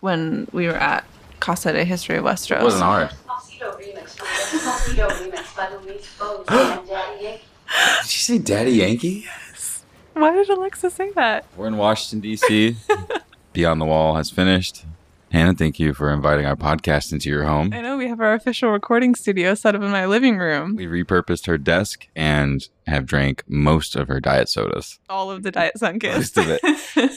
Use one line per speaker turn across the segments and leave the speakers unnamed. when we were at Casa de History of
It
Westeros.
wasn't hard.
Tuxedo remix. Tuxedo remix by Luis Bose and uh, Daddy Yankee.
Did you say Daddy Yankee?
Why did Alexa say that?
We're in Washington, D.C. Beyond the Wall has finished. Hannah, thank you for inviting our podcast into your home.
I know we have our official recording studio set up in my living room.
We repurposed her desk and have drank most of her diet sodas.
All of the Diet Sun
Most of
it.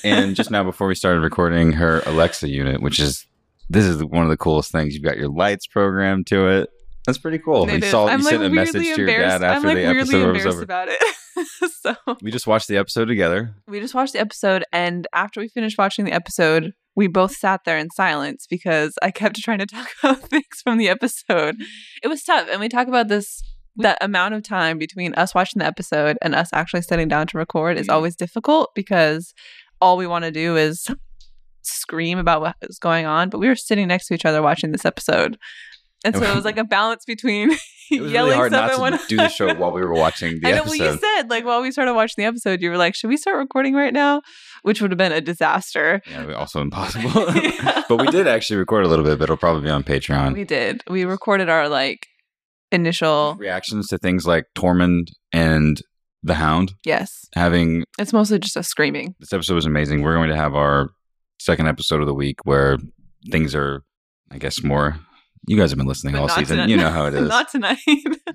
And just now, before we started recording, her Alexa unit, which is this is one of the coolest things. You've got your lights programmed to it. That's pretty cool.
It
you
is.
saw,
I'm
you
like
sent a message
weirdly
to your dad
embarrassed.
after
I'm like
the
weirdly
episode was
embarrassed
over.
about it. so
We just watched the episode together.
we just watched the episode, and after we finished watching the episode, we both sat there in silence because I kept trying to talk about things from the episode. It was tough, and we talk about this. That amount of time between us watching the episode and us actually sitting down to record is
Mhm.
always difficult because all we want to do is scream about what is going on. But we were sitting next to each other watching this episode, and so it was like a balance between
It was really
yelling
hard
stuff at
not
one
to do the
another.
show while we were watching the
I know
episode.
well, you said like while we started watching the episode, you were like, "Should we start recording right now?" Which would have been a disaster.
Yeah, we- also impossible. but we did actually record a little bit, but it'll probably be on Patreon.
We did. We recorded our like initial.
Reactions to things like Tormund and the Hound
Yes,
having
it's mostly just us screaming.
this episode was amazing. We're going to have our second episode of the week where things are, I guess, more. You guys have been listening
But
all
not
season.
tonight.
You know how it is.
Not tonight.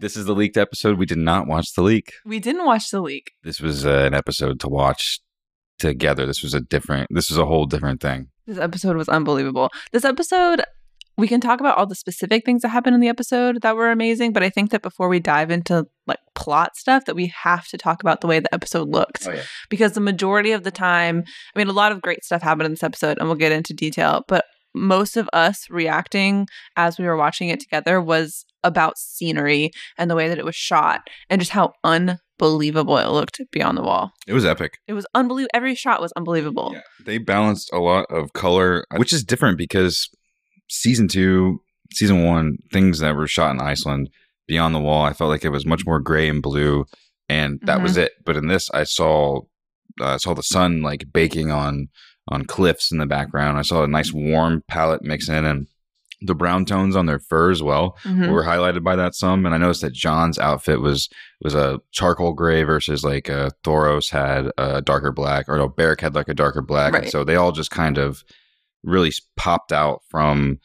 this is the leaked episode. We did not watch the leak.
we didn't watch the leak.
This was uh, an episode to watch together. This was a different. This was a whole different thing.
This episode was unbelievable. This episode, we can talk about all the specific things that happened in the episode that were amazing, but I think that before we dive into like plot stuff, that we have to talk about the way the episode looked.
Oh, yeah.
Because the majority of the time, I mean, a lot of great stuff happened in this episode, and we'll get into detail, but most of us reacting as we were watching it together was about scenery and the way that it was shot and just how unbelievable it looked beyond the wall.
It was epic.
It was unbelievable. Every shot was unbelievable.
Yeah. They balanced a lot of color, which is different because season two, season one, things that were shot in Iceland, Beyond the Wall, I felt like it was much more gray and blue, and that was it. But in this, I saw uh, I saw the sun like baking on on cliffs in the background. I saw a nice warm palette mix in, and the brown tones on their fur as well
Mhm.
were highlighted by that some. And I noticed that John's outfit was was a charcoal gray versus like uh, Thoros had a darker black, or no, Barrick had like a darker black. And
Right.
so they all just kind of really s- popped out from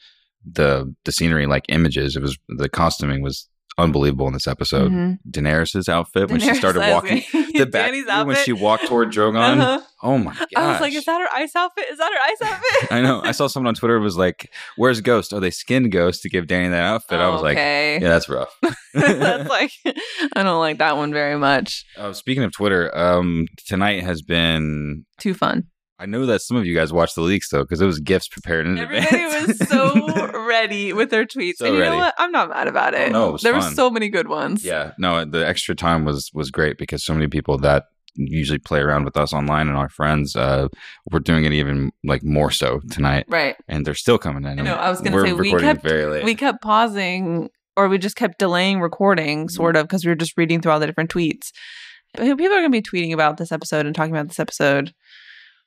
the the scenery like images. It was the costuming was unbelievable in this episode.
Mhm.
Daenerys's outfit when she
Daenerys
started
Sly's
walking.
gonna-
The back
Danny's
view when
outfit.
she walked toward Drogon.
Uh-huh.
Oh my god!
I was like, is that her ice outfit? Is that her ice outfit?
I know. I saw someone on Twitter was like, "Where's Ghost? Oh, they skinned Ghost to give Danny that outfit." I was like,
Oh, okay.
"Yeah, that's rough."
That's like, I don't like that one very much.
Uh, speaking of Twitter, um, tonight has been.
Too fun.
I know that some of you guys watched the leaks though, because it was gifts prepared in
Everybody was
advance.
so ready with their tweets.
So
and you
ready.
know what? I'm not mad about it.
no, it was
there
fun.
were so many good ones.
yeah, no, the extra time was was great because so many people that usually play around with us online and our friends uh, were doing it even like more so tonight,
Right.
and they're still coming in.
I know, I was gonna
We're
say, we
recording
kept-
very late.
We kept pausing or we just kept delaying recording,
Mm-hmm.
sort of, because we were just reading through all the different tweets. But people are going to be tweeting about this episode and talking about this episode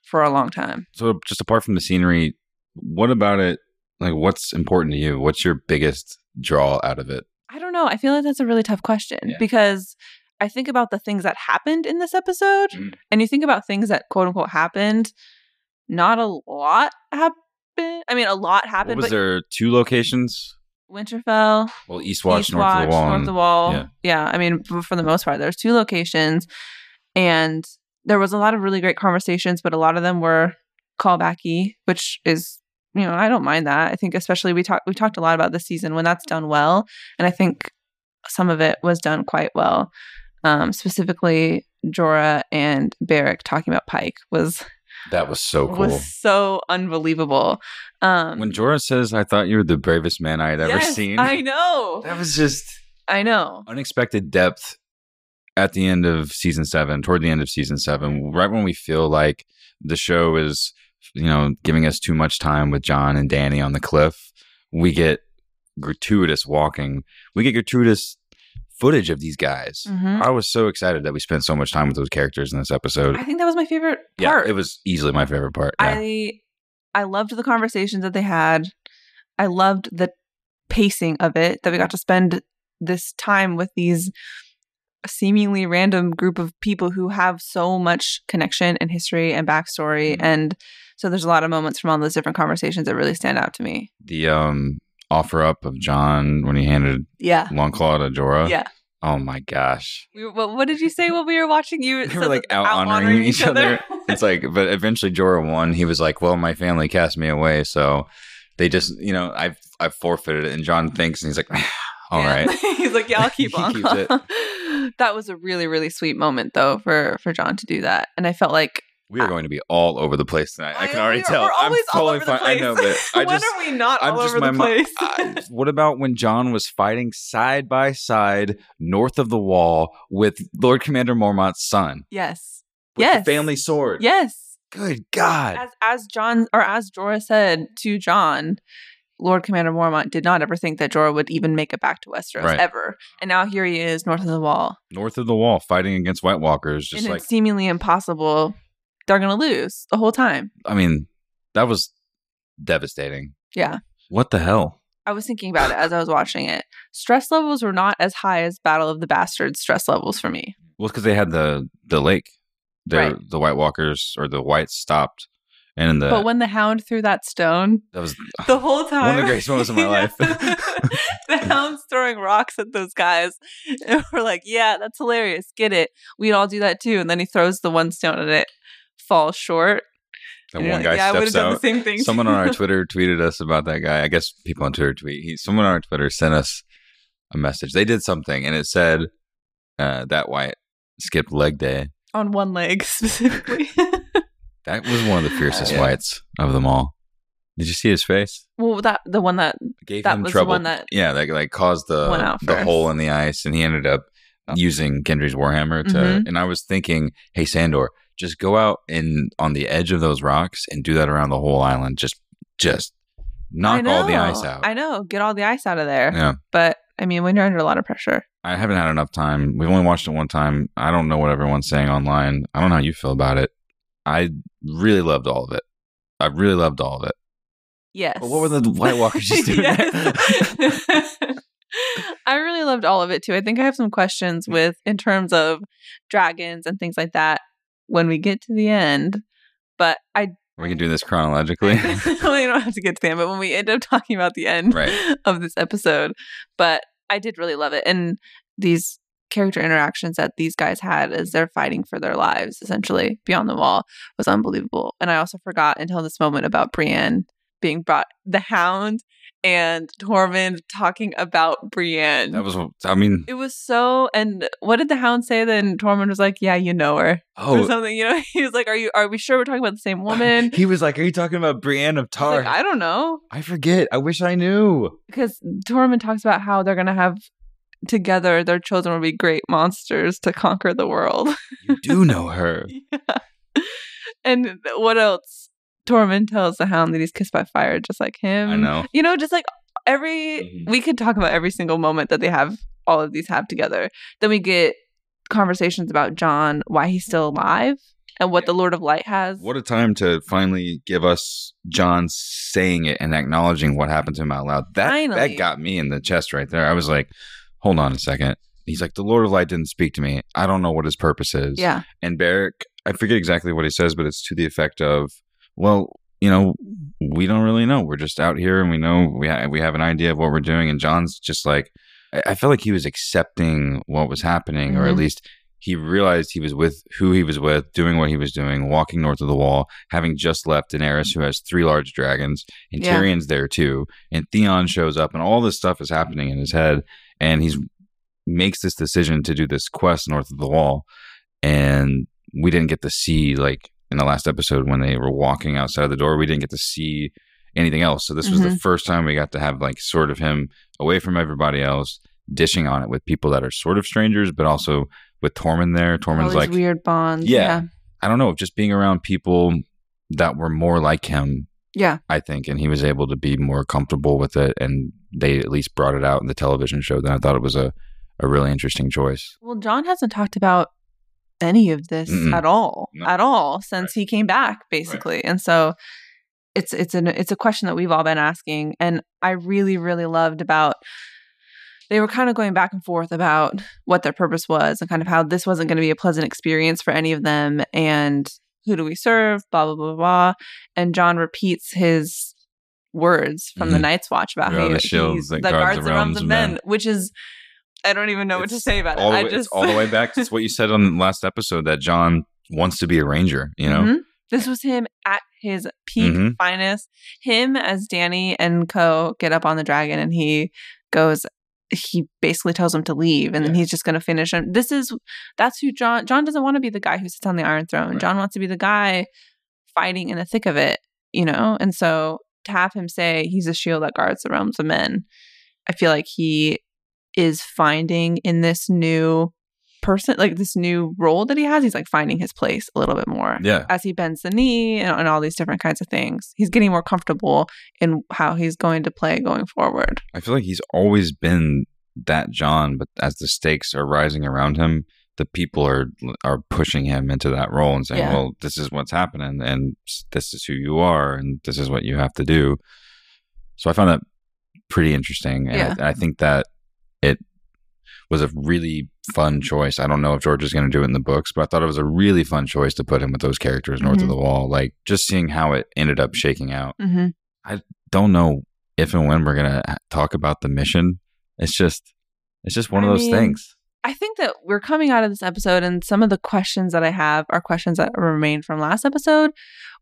for a long time.
so just apart from the scenery, what about it? Like, what's important to you? What's your biggest draw out of it?
I don't know. I feel like that's a really tough question
Yeah.
because I think about the things that happened in this episode,
Mhm.
and you think about things that quote unquote happened. Not a lot happened. I mean, a lot
What
happened,
was
but
there two locations?
Winterfell,
Well, Eastwatch,
Eastwatch,
North of the Wall.
North
and-
of the Wall.
yeah.
Yeah. I mean, f- for the most part, there's two locations, and there was a lot of really great conversations, but a lot of them were callbacky, which is you know I don't mind that. I think especially we talked we talked a lot about this season when that's done well, and I think some of it was done quite well. Um, specifically, Jorah and Barrick talking about Pike was
That was so cool.
was so unbelievable. Um,
when Jorah says, "I thought you were the bravest man I had ever
yes,
seen,"
I know,
that was just
I know.
unexpected depth at the end of season seven, toward the end of season seven, right when we feel like the show is, you know, giving us too much time with John and Danny on the cliff. We get gratuitous walking. We get gratuitous footage of these guys.
Mhm.
I was so excited that we spent so much time with those characters in this episode.
I think that was my favorite
yeah,
part.
it was easily my favorite part. Yeah.
I I loved the conversations that they had. I loved the pacing of it that we got to spend this time with these seemingly random group of people who have so much connection and history and backstory
Mhm.
and so there's a lot of moments from all those different conversations that really stand out to me.
The um offer up of John when he handed
Yeah.
Longclaw to Jorah.
Yeah.
Oh my gosh.
We were, what, what did you say while we were watching? You
They
said
were like
that-
out honoring each other. It's like, but eventually Jorah won. He was like, "Well, my family cast me away, so they just, you know, I I forfeited it." And John thinks, and he's like, "All
Yeah.
right,
He's like, yeah, I'll keep
He
on.
keeps
that was a really, really sweet moment though for for John to do that, and I felt like
we are going to be all over the place tonight. I, can
know
already
we are-
tell.
We're always
I'm totally
all over the
fine.
place.
I know, but I
when
just
are we not
I'm
all
just
over the
my mi-
place?
I- what about when John was fighting side by side north of the wall with Lord Commander Mormont's son?
yes.
With
Yes.
The family sword.
Yes.
Good God.
As as John or as Jorah said to John, Lord Commander Mormont did not ever think that Jorah would even make it back to Westeros
Right.
ever, and now here he is north of the Wall,
North of the wall fighting against White Walkers. Just
and
like,
it's seemingly impossible. They're gonna lose the whole time.
I mean, that was devastating.
Yeah.
What the hell?
I was thinking about it as I was watching it. Stress levels were not as high as Battle of the Bastards stress levels for me.
Well, because they had the, the lake. Their,
Right.
The White Walkers or the Whites stopped. And in the,
But when the hound threw that stone,
that was, uh,
the whole time.
the greatest moments of my life.
the hound's throwing rocks at those guys. And we're like, yeah, that's hilarious. Get it. We'd all do that too. And then he throws the one stone and it falls short.
that
And you're
one guy
like, yeah, I would have
steps
done
out.
the same thing.
someone on our Twitter tweeted us about that guy. I guess people on Twitter tweet. He, someone on our Twitter sent us a message. They did something, and it said uh, that White skipped leg day.
on one leg specifically.
That was one of the fiercest
Yeah.
Whites of them all. Did you see his face?
well, that the one that
It gave
That
him
was the
trouble.
one that
yeah, that like caused
went
the
out
the
first. Oh.
hole in the ice, and he ended up using Gendry's warhammer to.
Mhm.
And I was thinking, hey Sandor, just go out and on the edge of those rocks and do that around the whole island. Just, just
I
knock all the
know.
ice out.
I know. Get all the ice out of there.
yeah.
But I mean, when you're under a lot of pressure,
I haven't had enough time. We've only watched it one time. I don't know what everyone's saying online. I don't know how you feel about it. I really loved all of it. I really loved all of it.
yes.
But what were the White Walkers just doing? there?
Yes. I really loved all of it too. I think I have some questions
Mm-hmm.
with in terms of dragons and things like that when we get to the end. But I
we can do this chronologically.
we don't have to get to the end, but when we end up talking about the end
Right.
of this episode, but I did really love it and these character interactions that these guys had as they're fighting for their lives essentially beyond the wall was unbelievable. And I also forgot until this moment about Brienne being brought the hound and Tormund talking about Brienne.
that was. I mean.
it was so and what did the hound say then Tormund was like, Yeah, you know her. Or
Oh,
something, you know, he was like, Are you are we sure we're talking about the same woman?
he was like, "Are you talking about Brienne of
I was
Tar?"
like, I don't know.
I forget. I wish I knew.
Because Tormund talks about how they're going to have together their children will be great monsters to conquer the world.
You do know her.
yeah. And what else? Tormund tells the hound that he's kissed by fire, just like him.
I know.
You know, just like every,
Mhm.
we could talk about every single moment that they have, all of these have together. Then we get conversations about John, why he's still alive, and what the Lord of Light has.
What a time to finally give us John saying it and acknowledging what happened to him out loud. That
Finally.
that got me in the chest right there. I was like, hold on a second. He's like, the Lord of Light didn't speak to me. I don't know what his purpose is.
yeah.
And Barrick, I forget exactly what he says, but it's to the effect of, well, you know, we don't really know. We're just out here and we know we, ha- we have an idea of what we're doing. And John's just like, I, I felt like he was accepting what was happening, or at
Mhm.
least he realized he was with who he was with, doing what he was doing, walking north of the wall, having just left Daenerys, who has three large dragons, and
Yeah.
Tyrion's there too. And Theon shows up, and all this stuff is happening in his head. And he's makes this decision to do this quest north of the wall and we didn't get to see like in the last episode when they were walking outside of the door we didn't get to see anything else so this was the first time we got to have like sort of him away from everybody else dishing on it with people that are sort of strangers but also with tormund there
All
tormund's
these
like
weird bonds.
Yeah.
Yeah.
i don't know just being around people that were more like him
Yeah.
i think and he was able to be more comfortable with it and they at least brought it out in the television show then i thought it was a, a really interesting choice
Well, John hasn't talked about any of this
Mm-mm.
at all,
No.
at all since he came back, basically. And so it's it's an it's a question that we've all been asking and i really really loved about they were kind of going back and forth about what their purpose was and kind of how this wasn't going to be a pleasant experience for any of them and who do we serve blah blah blah blah and john repeats his words from the
Mhm.
night's watch about
We
how
are the
he-
shields
he's
that guards the realms of men.
which is i don't even know what to
It's
say about
all
it
the
i
way-
just
it's all the way back to what you said on the last episode that John wants to be a ranger. You know,
Mhm. This was him at his peak
Mhm.
finest. Him as Danny and Co get up on the dragon and he goes he basically tells him to leave and then he's just going to finish him. This is that's who John John doesn't want to be the guy who sits on the iron throne.
Right.
John wants to be the guy fighting in the thick of it, you know? And so to have him say he's a shield that guards the realms of men. I feel like he is finding in this new person like this new role that he has he's like finding his place a little bit more
yeah,
as he bends the knee and, and all these different kinds of things. He's getting more comfortable in how he's going to play going forward.
I feel like he's always been that John, but as the stakes are rising around him, the people are are pushing him into that role and saying,
Yeah.
"Well, this is what's happening, and this is who you are, and this is what you have to do." So I found that pretty interesting, and
Yeah.
I, I think that it was a really fun choice. I don't know if George is going to do it in the books, but I thought it was a really fun choice to put him with those characters north
Mhm.
of the wall. Like just seeing how it ended up shaking out
Mm-hmm.
don't know if and when we're gonna talk about the mission. It's just it's just one
I
of those
mean-
things.
I think that we're coming out of this episode, and some of the questions that I have are questions that remain from last episode,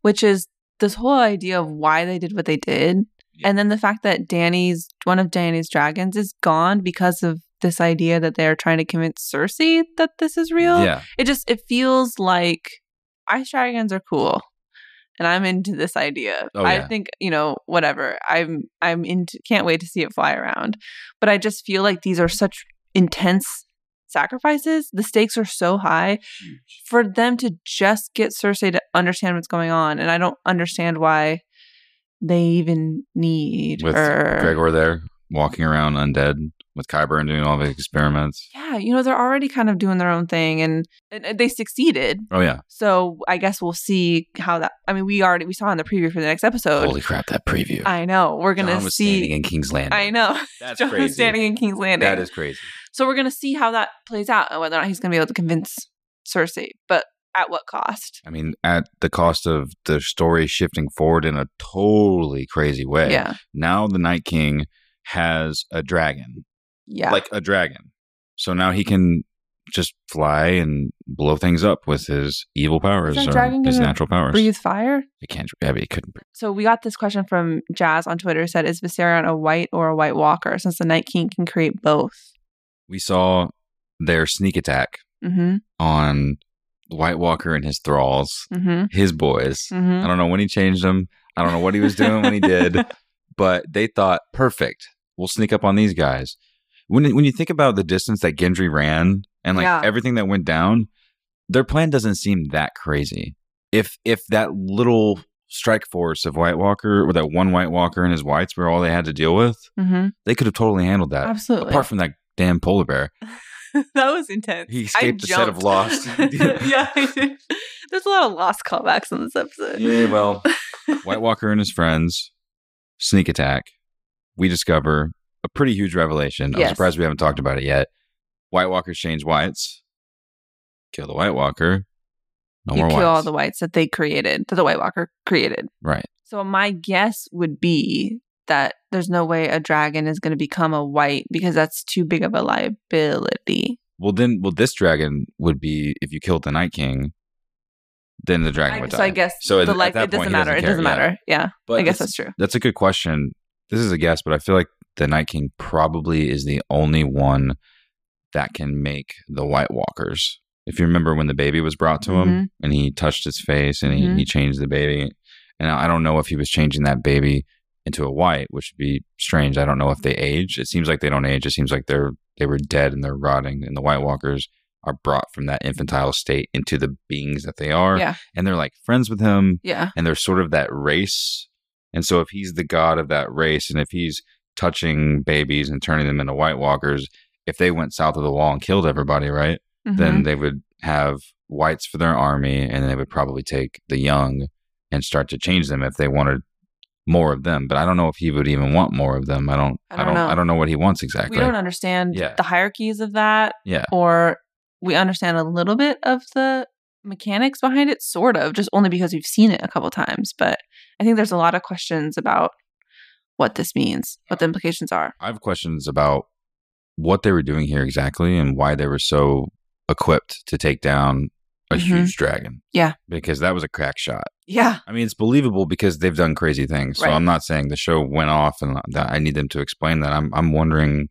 which is this whole idea of why they did what they did. And then the fact that Danny's, one of Danny's dragons is gone because of this idea that they're trying to convince Cersei that this is real.
Yeah,
It just, it feels like ice dragons are cool. And I'm into this idea.
Oh,
I
yeah.
think, you know, whatever. I'm I'm into can't wait to see it fly around. But I just feel like these are such intense sacrifices. The stakes are so high for them to just get Cersei to understand what's going on. And I don't understand why they even need
with
her.
Gregor there walking around undead with Kyber and doing all the experiments.
Yeah, you know, they're already kind of doing their own thing and, and they succeeded.
Oh yeah,
So I guess we'll see how that. I mean, we already we saw in the preview for the next episode.
holy crap! That preview.
I know we're
John
gonna
was standing
see.
in King's Landing.
I know
That's
John
crazy.
was standing in King's Landing.
That is crazy.
so we're gonna see how that plays out and whether or not he's gonna be able to convince Cersei, but at what cost?
I mean, at the cost of the story shifting forward in a totally crazy way.
Yeah,
Now the Night King has a dragon.
yeah,
like a dragon. So now he can just fly and blow things up with his evil powers
that
or
dragon
his
gonna
natural powers.
breathe fire.
He can't. Yeah, but he couldn't. breathe.
So we got this question from Jazz on Twitter. It Said, "Is Viserion a white or a white walker? Since the Night King can create both."
We saw their sneak attack
Mm-hmm.
on the White Walker and his thralls,
Mm-hmm.
his boys.
Mm-hmm.
I don't know when he changed them. I don't know what he was doing when he did, but they thought perfect. We'll sneak up on these guys. When when you think about the distance that Gendry ran and like
Yeah.
everything that went down, their plan doesn't seem that crazy. If if that little strike force of White Walker or that one White Walker and his whites were all they had to deal with,
Mm-hmm.
they could have totally handled that.
Absolutely.
Uh, Apart from that damn polar bear,
that was intense.
he
I
escaped the set of
jumped.
Lost.
yeah, I did. There's a lot of lost callbacks in this episode.
Yeah, well, White Walker and his friends, sneak attack. We discover a pretty huge revelation. I'm
Yes.
surprised we haven't talked about it yet. White Walkers change whites, kill the White Walker. No
you
more
kill
whites.
all the whites that they created, that the White Walker created.
right.
So my guess would be that there's no way a dragon is going to become a white because that's too big of a liability.
Well, then, well, this dragon would be if you killed the Night King, then the dragon
I-
would
so
die.
I guess
so.
the
at,
life
at that
it doesn't
point, he
matter. it doesn't
care, yeah.
matter. Yeah,
But
I guess
it's-
that's true.
That's a good question. This is a guess, but I feel like the Night King probably is the only one that can make the White Walkers. If you remember when the baby was brought to him
Mm-hmm.
and he touched his face and
Mhm.
he, he changed the baby. And I don't know if he was changing that baby into a white, which would be strange. I don't know if they age. It seems like they don't age. It seems like they're they were dead and they're rotting and the White Walkers are brought from that infantile state into the beings that they are.
Yeah.
And they're like friends with him
Yeah,
and there's sort of that race. And so if he's the god of that race and if he's touching babies and turning them into white walkers, if they went south of the wall and killed everybody, right?
Mm-hmm.
Then they would have whites for their army and they would probably take the young and start to change them if they wanted more of them. But I don't know if he would even want more of them. I don't. I
I
don't. I
don't
don't know,
know.
what he wants
we
exactly.
don't understand
Yeah.
the hierarchies of that
yeah.
or we understand a little bit of the mechanics behind it sort of just only because we've seen it a couple times but i think there's a lot of questions about what this means what the implications are
I have questions about what they were doing here exactly and why they were so equipped to take down a
Mhm.
huge dragon.
Yeah.
Because that was a crack shot.
yeah
I mean, it's believable because they've done crazy things. So
Right.
I'm not saying the show went off and that I need them to explain that. I'm I'm wondering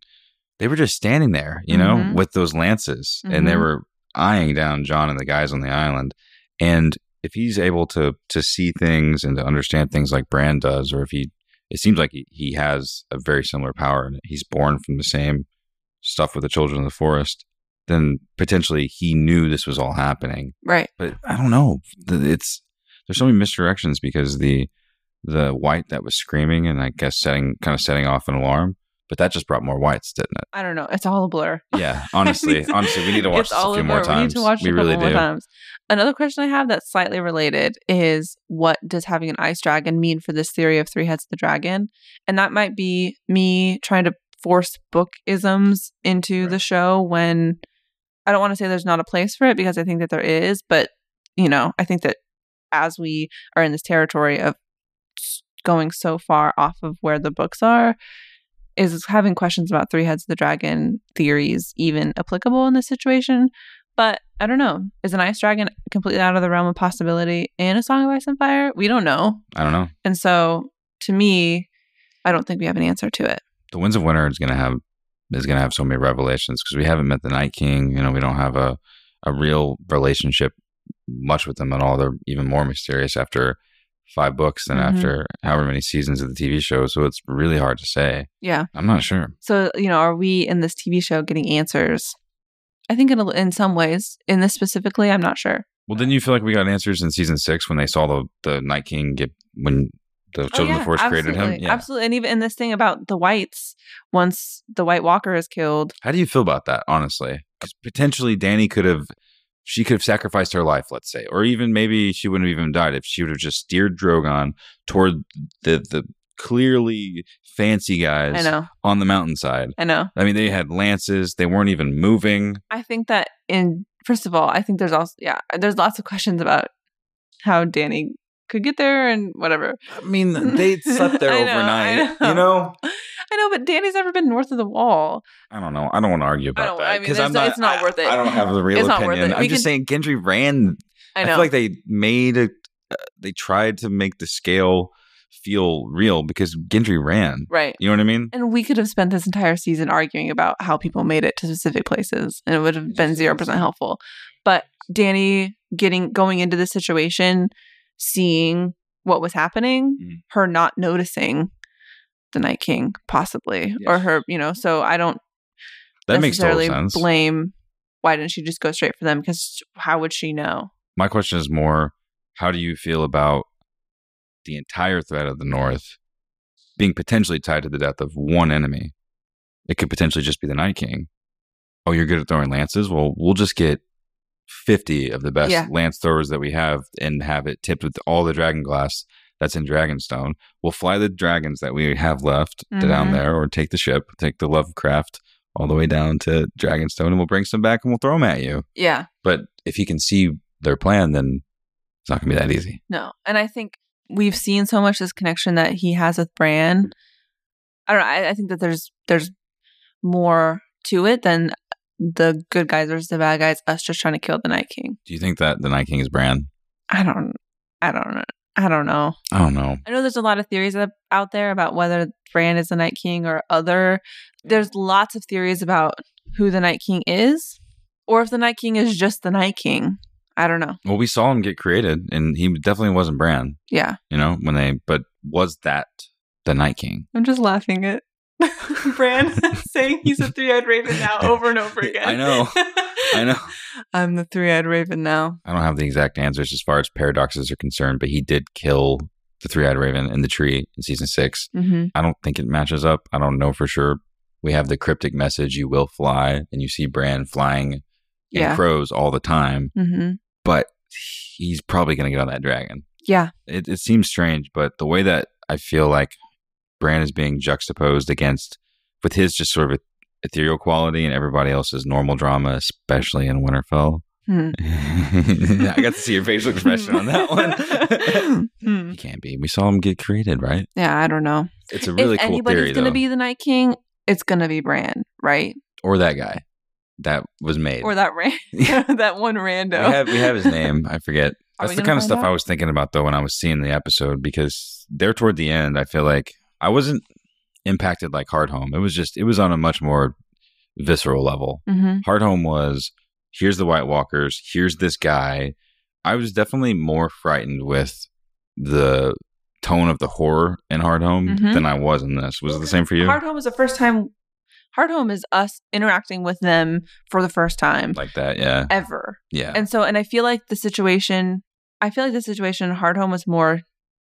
they were just standing there, you know,
Mhm.
with those lances and they
Mhm.
were eyeing down John and the guys on the island. And if he's able to to see things and to understand things like Brand does, or if he it seems like he, he has a very similar power and he's born from the same stuff with the children of the forest, then potentially he knew this was all happening
right
but I don't know. The- It's there's so many misdirections because the the white that was screaming and I guess setting kind of setting off an alarm, but that just brought more whites, didn't it?
i don't know it's all a blur
Yeah, honestly, honestly, we need to watch
It's
this a
all
few more
over.
times.
We need to watch it a
really
couple more
do.
times. Another question I have that's slightly related is what does having an ice dragon mean for this theory of three heads of the dragon? And that might be me trying to force book isms into the show when I don't want to say there's not a place for it because I think that there is, but you know, I think that as we are in this territory of s- going so far off of where the books are, is having questions about three heads of the dragon theories even applicable in this situation? But I don't know. Is an ice dragon completely out of the realm of possibility in a song of ice and fire? We don't know.
I don't know.
And so to me, I don't think we have an answer to it.
The Winds of Winter is gonna have is gonna have so many revelations because we haven't met the Night King. You know, we don't have a a real relationship much with them at all. They're even more mysterious after five books than
Mhm.
after however many seasons of the TV show. So it's really hard to say.
Yeah.
I'm not sure.
So, you know, are we in this TV show getting answers? I think in, a, in some ways, in this specifically, I'm not sure.
Well, didn't you feel like we got answers in season six when they saw the the Night King get when the Oh, Children of the Forest created him? Yeah.
Oh, Absolutely. And even in this thing about the whites, once the white walker is killed,
How do you feel about that, honestly? Because potentially Danny could have, she could have sacrificed her life, let's say, or even maybe she wouldn't have even died if she would have just steered Drogon toward the the clearly fancy
I
guys
know,
on the mountainside.
I know.
I mean, they had lances; they weren't even moving.
I think that in first of all, I think there's also yeah, there's lots of questions about how Danny could get there and whatever.
I mean, they slept there
I know,
overnight.
I know.
You know,
I know, but Danny's never been north of the wall.
I don't know. I don't want to argue
don't-
about
I
that
mean,
because
there's
I'm
no-
not.
it's not
I-
worth it.
I don't have the real
It's not worth
opinion.
it.
I'm
We
just saying Gendry ran.
I
I,
know.
feel like they made a. uh, They tried to make the scale feel real because Gendry ran.
right.
You know what I mean?
And we could have spent this entire season arguing about how people made it to specific places and it would have been 0% helpful. But Danny getting going into this situation, seeing what was happening,
Mhm.
her not noticing the Night King possibly or
Yes.
her, you know, so I don't
That makes total
necessarily
sense.
blame why didn't she just go straight for them because how would she know
My question is more: How do you feel about the entire threat of the North being potentially tied to the death of one enemy? It could potentially just be the Night King. Oh, you're good at throwing lances. Well, we'll just get fifty of the best
Yeah.
lance throwers that we have, and have it tipped with all the dragon glass that's in Dragonstone. We'll fly the dragons that we have left to down
Mhm.
there, or take the ship, take the Lovecraft all the way down to Dragonstone, and we'll bring some back and we'll throw them at you.
yeah
But if he can see their plan, then it's not going to be that easy.
no and i think we've seen so much this connection that he has with bran i don't know i, I think that there's there's more to it than the good guys versus the bad guys us just trying to kill the night king
Do you think that the Night King is Bran?
i don't i don't know i don't know
I don't know.
I know there's a lot of theories ab- out there about whether Bran is the Night King or other. There's lots of theories about who the Night King is, or if the Night King is just the Night King. I don't know.
Well, we saw him get created, and he definitely wasn't Bran.
Yeah,
You know, when they but was that the Night King?
I'm just laughing at Bran saying he's a three-eyed raven now over and over again.
I know. I know.
I'm the three-eyed raven now.
I don't have the exact answers as far as paradoxes are concerned, but he did kill the three-eyed raven in the tree in season six.
Mm-hmm.
I don't think it matches up. I don't know for sure. We have the cryptic message: "You will fly," and you see Bran flying in
Yeah.
crows all the time.
Mm-hmm.
But he's probably going to get on that dragon.
Yeah.
it, it seems strange, but the way that I feel like Bran is being juxtaposed against with his just sort of ethereal quality and everybody else's normal drama, especially in Winterfell.
Hmm.
I got to see your facial expression on that one.
Hmm.
you can't be. We saw him get created, right?
Yeah, I don't know.
It's a really
if
cool
anybody's
theory,
gonna
though.
be the Night King, it's gonna be Bran, right?
or that guy that was made.
Or that ran- that one rando.
We have we have his name. I forget.
Are
That's
we
the
gonna
kind of
find
stuff
out?
I was thinking about though when I was seeing the episode because there toward the end, I feel like I wasn't impacted like Hard Home. It was just it was on a much more visceral level.
Mhm.
Hard Home was here's the White Walkers, here's this guy. I was definitely more frightened with the tone of the horror in Hard Home
Mhm.
than I was in this. Was it the same for you?
Hard Home is the first time. Hard Home is us interacting with them for the first time
like that, yeah.
ever.
Yeah.
And so, and I feel like the situation, I feel like the situation in Hard Home was more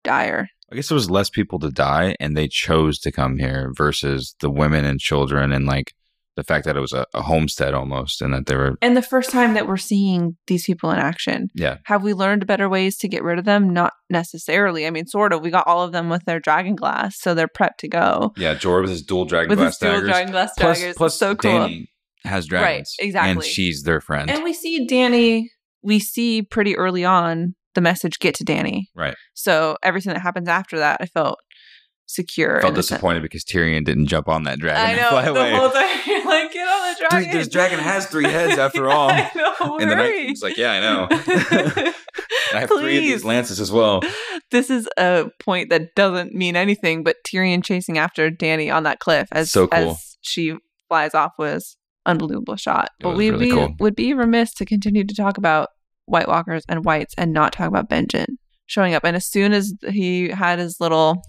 dire.
I guess there was less people to die, and they chose to come here versus the women and children, and like the fact that it was a, a homestead almost, and that they were
And the first time that we're seeing these people in action,
yeah.
have we learned better ways to get rid of them? Not necessarily. I mean, sort of. We got all of them with their dragon glass, so they're prepped to go
Yeah, Jorah with his dual dragon
with
glass
the dual
daggers.
dragon glass
plus,
daggers.
plus
It's so cool.
Danny has dragons, and
exactly.
she's their friend.
And we see Danny, we see pretty early on the message get to Danny.
Right.
So everything that happens after that, I felt secure.
I Felt
in a sense.
disappointed because Tyrion didn't jump on that dragon
I
and fly
know.
away.
The whole time you're like, get on the dragon.
Dude, this dragon has three heads after all.
I know.
and the Night
hurry.
King's like, "Yeah, I know." And I have three of these
Please.
lances as well.
this is a point that doesn't mean anything, but Tyrion chasing after Danny on that cliff as
So cool.
as she flies off was unbelievable shot.
It
But
was
we,
really
we
cool.
would be remiss to continue to talk about White Walkers and Whites and not talk about Benjen showing up. And as soon as he had his little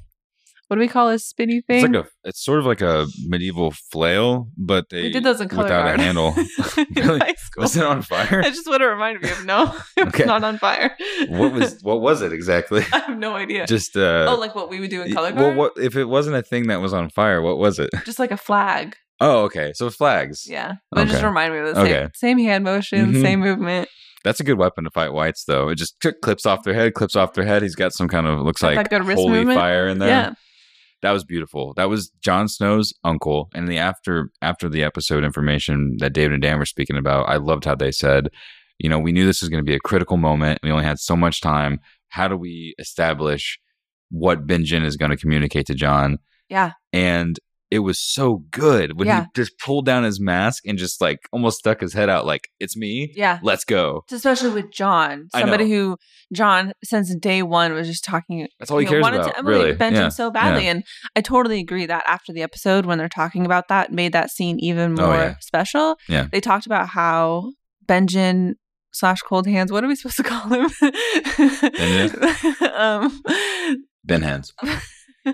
what do we call his spinny thing?
It's like a, it's sort of like a medieval flail, but they
we did those in color
without
guard.
a handle.
in
Really?
high school.
Was it on fire?
I just want to remind me of no, it was
Okay.
not on fire.
what was what was it exactly?
I have no idea.
Just uh
oh, like what we would do in color guard?
well, what if it wasn't a thing that was on fire? What was it?
just like a flag.
Oh, okay. So flags.
Yeah. But it just
Okay.
remind me of the same,
Okay.
same hand motion,
Mhm.
same movement.
That's a good weapon to fight whites, though. It just cl- clips off their head, clips off their head. He's got some kind of looks
Got
like
that good wrist
holy
movement?
fire in there.
Yeah.
That was beautiful. That was Jon Snow's uncle. And the after after the episode information that David and Dan were speaking about, I loved how they said, you know, we knew this was going to be a critical moment. We only had so much time. How do we establish what Benjin is going to communicate to John?
Yeah.
And it was so good when
Yeah.
he just pulled down his mask and just like almost stuck his head out, like, it's me.
Yeah.
Let's go.
Especially with John,
I
somebody
know.
who John since day one was just talking.
That's all Oh, he
you know,
cares
wanted
about.
to emulate
really.
Benjen
Yeah.
so badly, and I totally agree that after the episode when they're talking about that made that scene even
Oh,
more
yeah.
special.
Yeah.
they talked about how Benjen slash Cold Hands. What are we supposed to call him? um,
Ben Hens.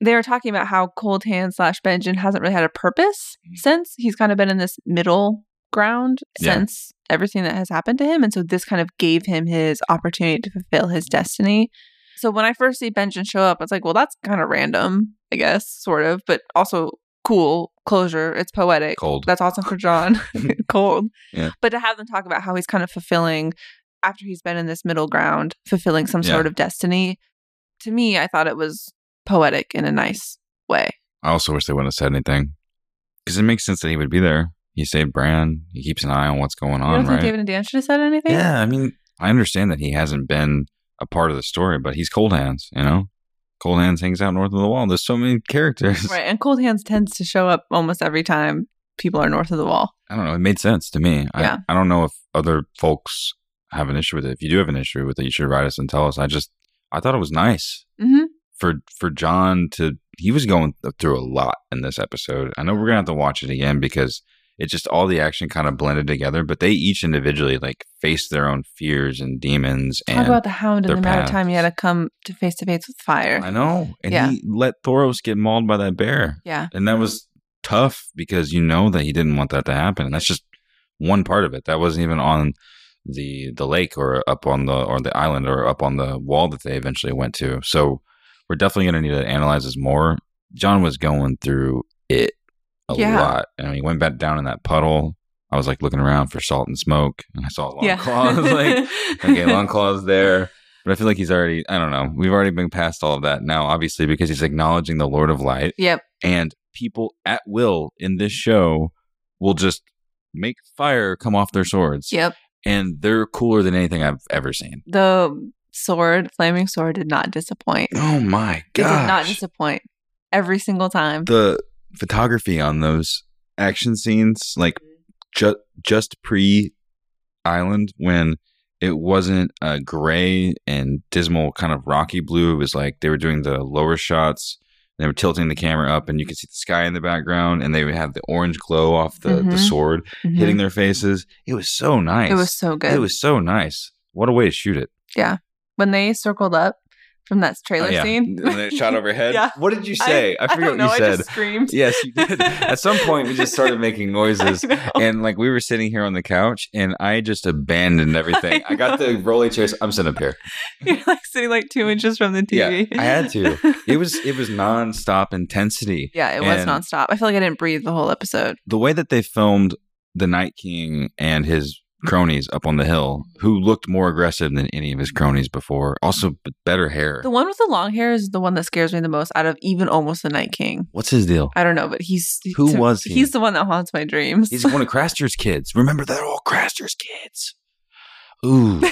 they were talking about how Cold Hand slash Benjen hasn't really had a purpose since he's kind of been in this middle ground
Mm-hmm. Yeah.
since everything that has happened to him. And so this kind of gave him his opportunity to fulfill his destiny. So when I first see Benjen show up, I was like, well, that's kind of random, I guess, sort of, but also cool closure. It's poetic.
Cold.
That's awesome for John. Cold.
Yeah.
But to have them talk about how he's kind of fulfilling, after he's been in this middle ground, fulfilling some
Yeah.
sort of destiny, to me, I thought it was poetic in a nice way.
I also wish they wouldn't have said anything because it makes sense that he would be there. He saved Bran. He keeps an eye on what's going
you
on,
don't think
right?
David and Dan should have said anything?
Yeah, I mean, I understand that he hasn't been a part of the story, but he's Cold Hands, you know? Cold Hands hangs out north of the wall. There's so many characters.
Right. And Cold Hands tends to show up almost every time people are north of the wall.
I don't know. It made sense to me.
Yeah.
I, I don't know if other folks have an issue with it. If you do have an issue with it, you should write us and tell us. I just, I thought it was nice.
hmm
for for John to he was going through a lot in this episode. I know we're gonna have to watch it again because it just all the action kind of blended together. But they each individually like faced their own fears and demons. And
Talk about the hound and the
their
amount of
paths.
time he had to come to face to face with fire.
I know, and
Yeah.
he let Thoros get mauled by that bear,
yeah.
and that was tough because you know that he didn't want that to happen. And that's just one part of it. That wasn't even on the the lake or up on the or the island or up on the wall that they eventually went to. So we're definitely gonna need to analyze this more. John was going through it a
Yeah.
lot. And when he went back down in that puddle, I was like looking around for salt and smoke and I saw long
yeah.
claws like okay, long claws there. But I feel like he's already, I don't know, we've already been past all of that now, obviously, because he's acknowledging the Lord of Light.
Yep.
And people at will in this show will just make fire come off their swords.
Yep.
And they're cooler than anything I've ever seen.
The sword, flaming sword, did not disappoint.
Oh my
It did not
gosh.
disappoint every single time.
the photography on those action scenes, like ju- just pre Island, when it wasn't a gray and dismal kind of rocky blue, it was like they were doing the lower shots. They were tilting the camera up, and you could see the sky in the background, and they would have the orange glow off the, the
Mhm.
sword
Mhm.
hitting their faces. It was so nice.
It was so good.
It was so nice. What a way to shoot it!
when they circled up from that trailer
Oh, yeah.
scene.
And it shot overhead.
Yeah.
What did you say? I, forget
don't know.
what you
I
said.
just screamed.
Yes, you did. At some point, we just started making noises.
I know.
And like we were sitting here on the couch, and I just abandoned everything.
I
I, got
know.
the rolling chairs. I'm sitting up here.
You're like sitting like two inches from the TV.
Yeah, I had to. It was it was nonstop intensity.
yeah, it was
and-
nonstop. I feel like I didn't breathe the whole episode.
The way that they filmed the Night King and his cronies up on the hill, who looked more aggressive than any of his cronies before. Also, b- better hair.
The one with the long hair is the one that scares me the most out of even almost the Night King.
What's his deal?
I don't know, but he's
Who
to-
was he?
He's the one that haunts my dreams.
He's one of Craster's kids. Remember, they're all Craster's kids. Ooh,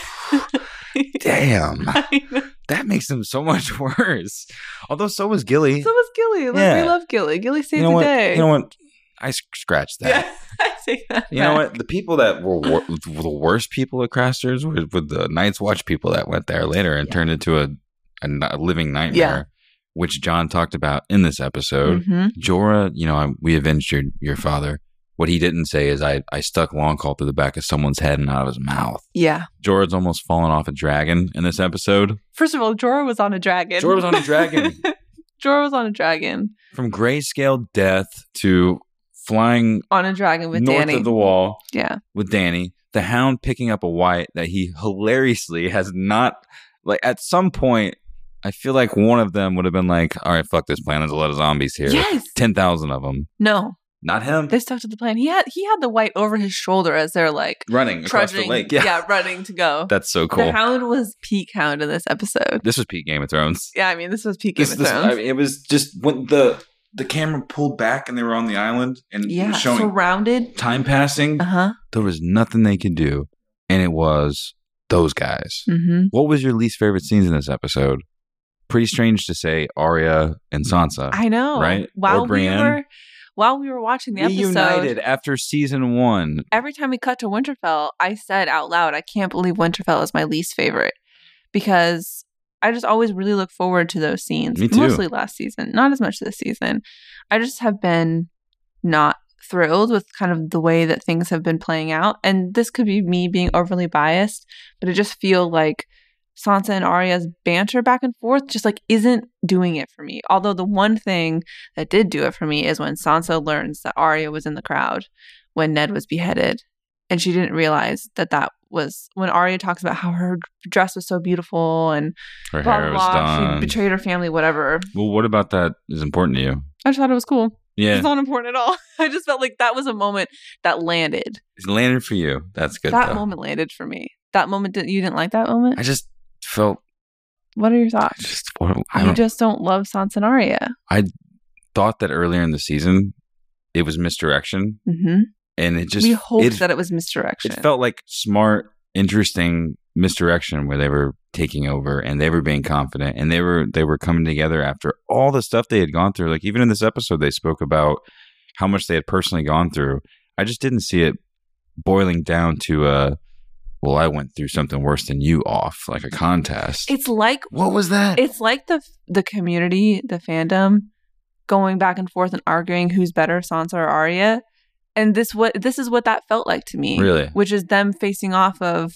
damn.
I know.
that makes them so much worse. Although so was Gilly.
so was Gilly. Like,
Yeah.
We love Gilly. Gilly saved
you know
the
what?
day.
You know what? I sc- scratched that.
yeah, I take that.
You know
back.
what? The people that were wor- the worst people at Craster's were, were the Night's Watch people that went there later and turned into a, a n- a living nightmare,
Yeah.
which John talked about in this episode.
Mhm.
Jorah, you know, I, we avenged your, your father. What he didn't say is I, I stuck Long Call through the back of someone's head and out of his mouth.
Yeah.
Jorah's almost fallen off a dragon in this episode.
First of all, Jorah was on a dragon.
Jorah was on a dragon.
Jorah was on a dragon.
From grayscale death to flying
On a dragon with
north
Danny.
of the wall
yeah.
with Danny, the hound picking up a white that he hilariously has not like at some point I feel like one of them would have been like, "All right, fuck this plan. There's a lot of zombies here.
Yes.
10,000 of them."
No.
Not him.
They stuck to the plan. He had he had the white over his shoulder as they're like
running across
trudging.
the lake. Yeah.
running to go.
That's so cool.
The hound was peak hound in this episode.
this was peak Game of Thrones.
Yeah, I mean this was peak
This-
Game of
this-
Thrones.
I mean, it was just when the the camera pulled back and they were on the island and it
yeah,
was showing
surrounded.
time passing.
Uh huh.
There was nothing they could do and it was those guys.
Mm-hmm.
What was your least favorite scenes in this episode? Pretty strange to say Arya and Sansa.
I know.
Right?
While
Or
we
Brienne.
were while we were watching the episode,
Reunited after season one.
every time we cut to Winterfell, I said out loud, I can't believe Winterfell is my least favorite because I just always really look forward to those scenes.
Me too.
Mostly last season, not as much this season. I just have been not thrilled with kind of the way that things have been playing out. And this could be me being overly biased, but I just feel like Sansa and Arya's banter back and forth just like isn't doing it for me. Although the one thing that did do it for me is when Sansa learns that Arya was in the crowd when Ned was beheaded, and she didn't realize that that was when Arya talks about how her dress was so beautiful and
Her
blah
hair
blah.
was
blah.
done.
She betrayed her family, whatever.
well, what about that is important to you?
I just thought it was cool.
Yeah.
It's not important at all. I just felt like that was a moment that landed.
It's landed for you. That's good.
that
though.
moment landed for me. That moment didn't. You didn't like that moment.
I just felt
what are your
I
thoughts?
just I
you
don't-
just don't love Sansa and Arya.
thought that earlier in the season it was misdirection.
hmm
And it just
we hoped
it,
that it was misdirection.
it felt like smart, interesting misdirection where they were taking over and they were being confident and they were they were coming together after all the stuff they had gone through. Like even in this episode, they spoke about how much they had personally gone through. I just didn't see it boiling down to a well, I went through something worse than you off, like a contest.
it's like
what was that?
it's like the the community, the fandom, going back and forth and arguing who's better, Sansa or Arya. And this what this is what that felt like to me.
Really?
which is them facing off of,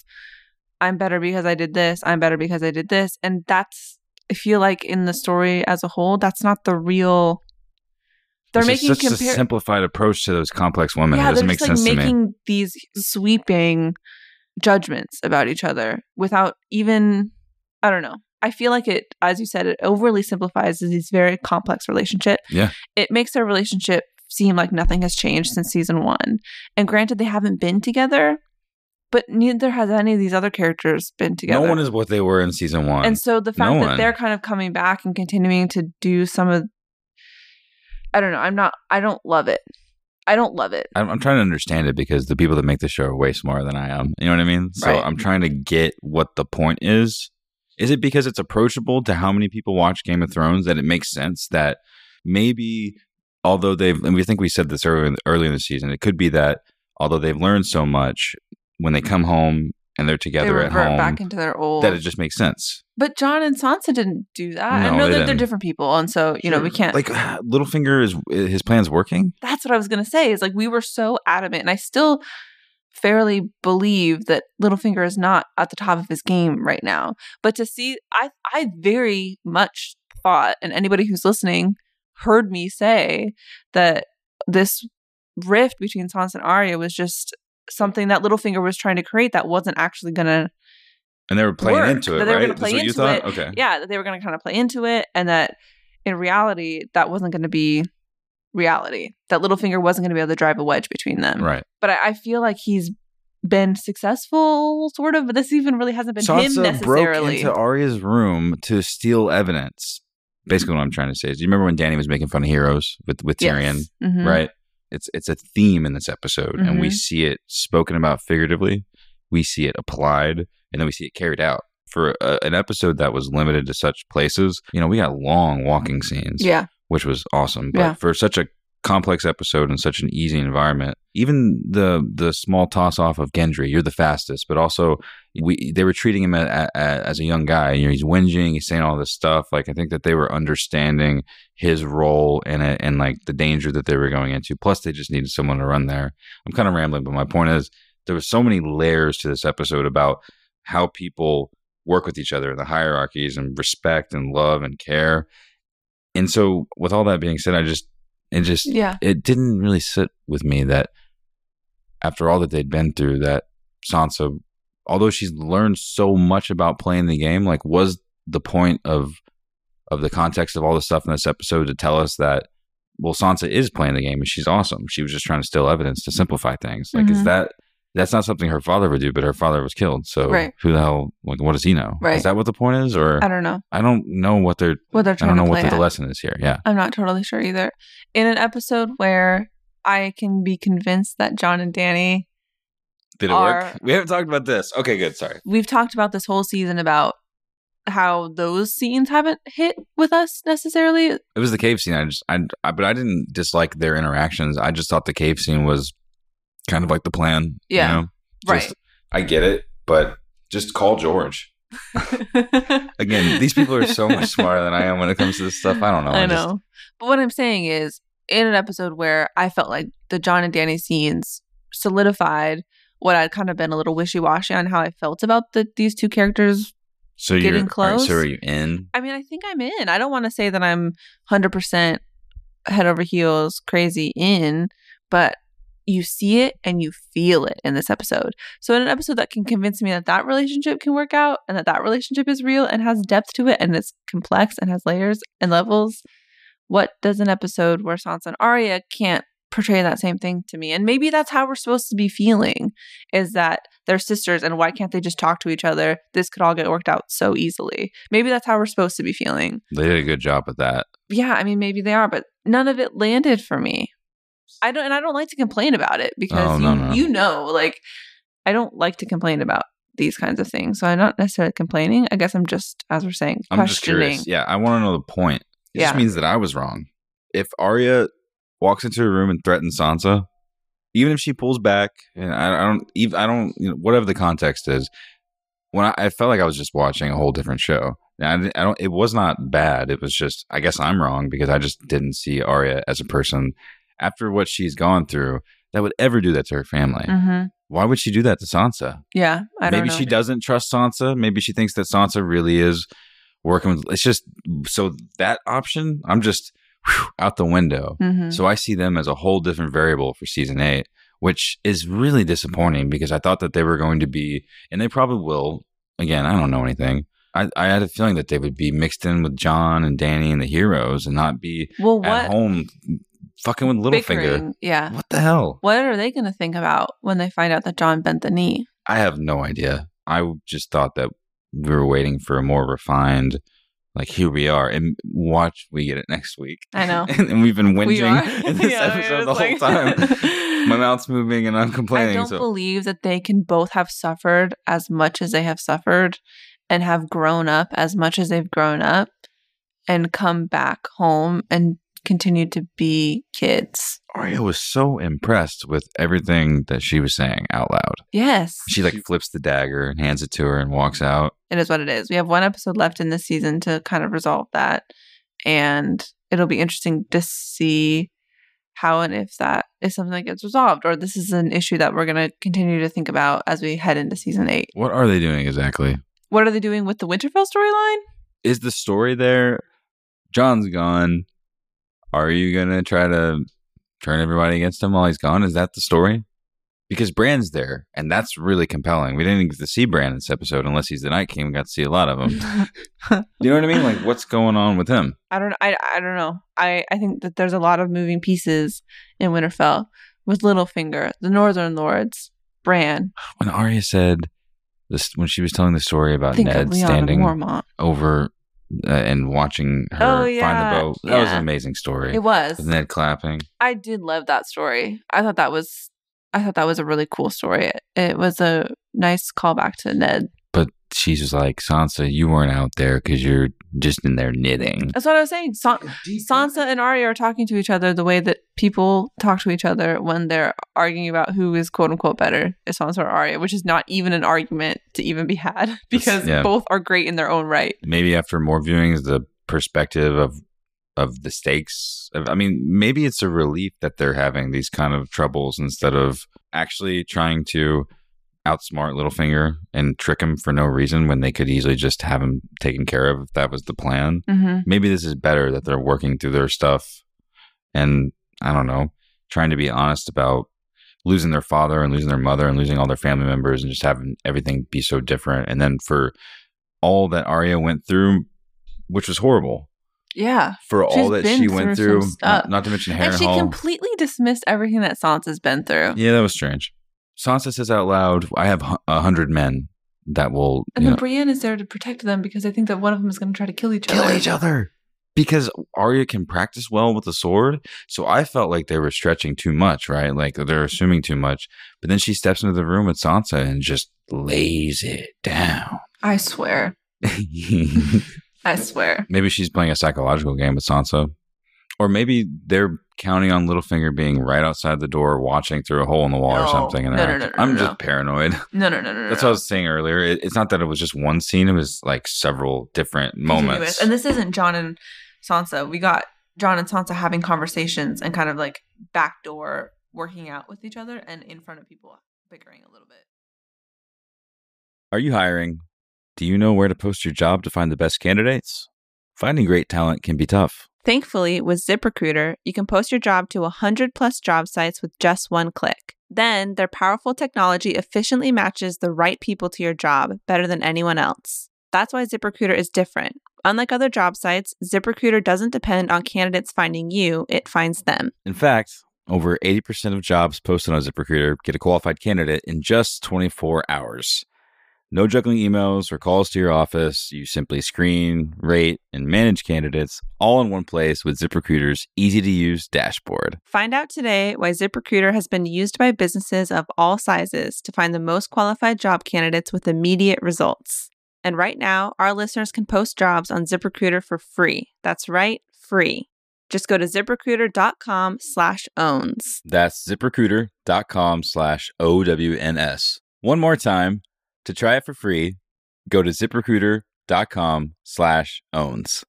I'm better because I did this. I'm better because I did this. And that's I feel like in the story as a whole, that's not the real. They're
It's
making
just such a
compare.
simplified approach to those complex women.
Yeah,
it doesn't
they're
make
just like
sense to me.
making these sweeping judgments about each other without even I don't know. I feel like it, as you said, it overly simplifies these very complex relationship.
Yeah.
It makes their relationship seem like nothing has changed since season one. And granted they haven't been together, But neither has any of these other characters been together.
No one is what they were in season one.
And so the fact
No
that
one.
they're kind of coming back and continuing to do some of I don't know, I'm not I don't love it. I don't love it.
I'm, I'm trying to understand it because the people that make the show are way smarter than I am. You know what I mean? So
Right.
I'm trying to get what the point is. Is it because it's approachable to how many people watch Game of Thrones that it makes sense that maybe, although they've, and we think we said this earlier in, earlier in the season, it could be that although they've learned so much, when they come home and they're
they
together
revert
at home,
back into their old
that it just makes sense.
But John and Sansa didn't do that. I know
No, they
that they're
didn't.
different people and so, you know, we can't
Like, Littlefinger is, his plan's working?
that's what I was gonna say. Is like we were so adamant, and I still fairly believe that Littlefinger is not at the top of his game right now. But to see, I I very much thought, and anybody who's listening heard me say that this rift between Sansa and Arya was just something that Littlefinger was trying to create that wasn't actually gonna
And they were playing
Work,
into it,
but they were
right?
gonna play
That's what you
into it.
thought? Okay.
yeah that they were gonna kind of play into it, and that in reality that wasn't gonna be reality that Littlefinger wasn't gonna be able to drive a wedge between them
Right.
but I, I feel like he's been successful, sort of. But this even really hasn't been him
broke
necessarily.
into Arya's room to steal evidence. Basically, what I'm trying to say is, do you remember when Danny was making fun of heroes with with
Yes.
Tyrion?
Mhm.
Right. It's it's a theme in this episode, and
Mm-hmm.
we see it spoken about figuratively, we see it applied, and then we see it carried out. For a, an episode that was limited to such places, you know, we got long walking scenes
Yeah.
which was awesome. But
Yeah.
for such a complex episode and such an easy environment, even the the small toss off of Gendry, you're the fastest, but also we they were treating him a, a, a- as a young guy. You know, he's whinging, he's saying all this stuff. Like I think that they were understanding his role in it and like the danger that they were going into. Plus, they just needed someone to run there. I'm kind of rambling, but my point is there was so many layers to this episode about how people work with each other and the hierarchies and respect and love and care. And so with all that being said, I just it just
Yeah.
it didn't really sit with me that after all that they'd been through that Sansa although she's learned so much about playing the game, like was the point of of the context of all the stuff in this episode to tell us that well Sansa is playing the game and she's awesome. She was just trying to steal evidence to simplify things. Like
Mhm.
is that that's not something her father would do, but her father was killed. So
Right.
who the hell like what does he know?
Right.
Is that what the point is? Or
I don't know
I don't know what they're
what they're
I
trying
don't know
to
what
play.
the, the
at.
lesson is here. Yeah.
I'm not totally sure either. In an episode where I can be convinced that John and Danny,
Did
it work? Are-
We haven't talked about this. Okay, good. Sorry.
we've talked about this whole season about how those scenes haven't hit with us necessarily.
It was the cave scene. I just, I, I, but I didn't dislike their interactions. I just thought the cave scene was kind of like the plan. you
Yeah.
know? Just- I get it, but just call George.
right.
Again, these people are so much smarter than I am when it comes to this stuff. I don't know.
I, know.
just-
but what I'm saying is, in an episode where I felt like the John and Danny scenes solidified what I'd kind of been a little wishy washy on how I felt about the, these two characters.
so
Getting
you're all right,
close?
so are you in?
I mean, I think I'm in. I don't want to say that I'm 100% head over heels crazy in, but you see it and you feel it in this episode. So, in an episode that can convince me that that relationship can work out and that that relationship is real and has depth to it and it's complex and has layers and levels, what does an episode where Sansa and Arya can't portray that same thing to me? And maybe that's how we're supposed to be feeling is that they're sisters and why can't they just talk to each other? This could all get worked out so easily. Maybe that's how we're supposed to be feeling.
They did a good job with that.
Yeah, I mean, maybe they are, but none of it landed for me. I don't, and I don't like to complain about it because
Oh,
you,
no, no.
you know, like, I don't like to complain about these kinds of things. So I'm not necessarily complaining. I guess I'm just, as we're saying,
I'm just
questioning.
curious. Yeah, I want to know the point. It just
Yeah.
means that I was wrong. If Arya walks into a room and threatens Sansa, even if she pulls back, and I, I don't, even I don't, you know, whatever the context is, when I, I felt like I was just watching a whole different show. And I, didn't- I don't. It was not bad. It was just, I guess I'm wrong because I just didn't see Arya as a person after what she's gone through that would ever do that to her family.
hmm
Why would she do that to Sansa?
Yeah, I don't
maybe
know.
she doesn't trust Sansa. Maybe she thinks that Sansa really is working with. It's just so that option. I'm just whew, out the window.
hmm
So I see them as a whole different variable for season eight, which is really disappointing because I thought that they were going to be, and they probably will. Again, I don't know anything. I, I had a feeling that they would be mixed in with John and Danny and the heroes and not be
Well,
at
what
home fucking with Littlefinger.
bickering? Yeah.
What the hell?
What are they going to think about when they find out that John bent the knee?
I have no idea. I just thought that we were waiting for a more refined, like here we are, and watch we get it next week.
I know.
and, and we've been
We are.
whinging in this
Yeah, I
episode the
was
whole
like-
time. My mouth's moving and I'm
I
complaining.
don't
So
believe that they can both have suffered as much as they have suffered and have grown up as much as they've grown up and come back home and continue to be kids.
Aria was so impressed with everything that she was saying out loud.
Yes.
She like flips the dagger and hands it to her and walks out.
it is what it is. We have one episode left in this season to kind of resolve that. And it'll be interesting to see how and if that is something that gets resolved, or this is an issue that we're going to continue to think about as we head into season eight.
What are they doing exactly?
What are they doing with the Winterfell storyline?
Is the story there? John's gone. Are you gonna try to turn everybody against him while he's gone? Is that the story? Because Bran's there, and that's really compelling. We didn't get to see Bran in this episode unless he's the Night King. We got to see a lot of him. You know what I mean? Like, what's going on with him?
I don't I I don't know. I I think that there's a lot of moving pieces in Winterfell with Littlefinger, the Northern Lords, Bran,
When Arya said this, when she was telling the story
I
about
think of
Uh, Ned
Leon
standing
Mormont.
over uh, and watching her
Oh,
find
yeah.
the boat, that was an
Yeah.
amazing story.
It was.
With Ned clapping.
I did love that story. I thought that was I thought that was a really cool story. It, it was a nice callback to Ned.
But she's just like, Sansa, you weren't out there because you're just in there knitting.
That's what I was saying. Sa- Sansa and Arya are talking to each other the way that people talk to each other when they're arguing about who is quote unquote better, is Sansa or Arya, which is not even an argument to even be had because
yeah.
both are great in their own right.
Maybe after more viewings, the perspective of of the stakes. Of, I mean, maybe it's a relief that they're having these kind of troubles instead of actually trying to outsmart Littlefinger and trick him for no reason when they could easily just have him taken care of if that was the plan.
Mm-hmm.
maybe this is better that they're working through their stuff and I don't know, trying to be honest about losing their father and losing their mother and losing all their family members and just having everything be so different. And then for all that Arya went through, which was horrible,
Yeah.
for all
She's
that
been
she went
through
through,
some
not,
stuff.
not to mention
And
Harrenhal.
she completely dismissed everything that Sansa's been through.
yeah, that was strange. Sansa says out loud, "I have hu- a hundred men that will
And
you know,
then Brienne is there to protect them because I think that one of them is going to try to kill each
kill
other.
each other because Arya can practice well with the sword. So I felt like they were stretching too much, right? Like they're assuming too much. But then she steps into the room with Sansa and just lays it down.
I swear. I swear.
maybe she's playing a psychological game with Sansa, or maybe they're counting on Littlefinger being right outside the door, watching through a hole in the wall or
No.
something. And
No, no,
they're
no,
like,
no,
I'm
no,
just
no.
paranoid.
No, no, no, no, no.
That's
no.
what I was saying earlier. It, it's not that it was just one scene; it was like several different
Continuous.
moments.
And this isn't John and Sansa. We got John and Sansa having conversations and kind of like backdoor working out with each other and in front of people bickering a little bit.
Are you hiring? Do you know where to post your job to find the best candidates? Finding great talent can be tough.
Thankfully, with ZipRecruiter, you can post your job to 100 plus job sites with just one click. Then, their powerful technology efficiently matches the right people to your job better than anyone else. That's why ZipRecruiter is different. Unlike other job sites, ZipRecruiter doesn't depend on candidates finding you, it finds them.
In fact, over 80% of jobs posted on ZipRecruiter get a qualified candidate in just 24 hours. No juggling emails or calls to your office. You simply screen, rate, and manage candidates all in one place with ZipRecruiter's easy to use dashboard.
Find out today why ZipRecruiter has been used by businesses of all sizes to find the most qualified job candidates with immediate results. And right now, our listeners can post jobs on ZipRecruiter for free. That's right, free. Just go to ziprecruiter.com slash owns.
That's ziprecruiter.com slash OWNS. One more time, to try it for free, go to ziprecruiter.com slash owns.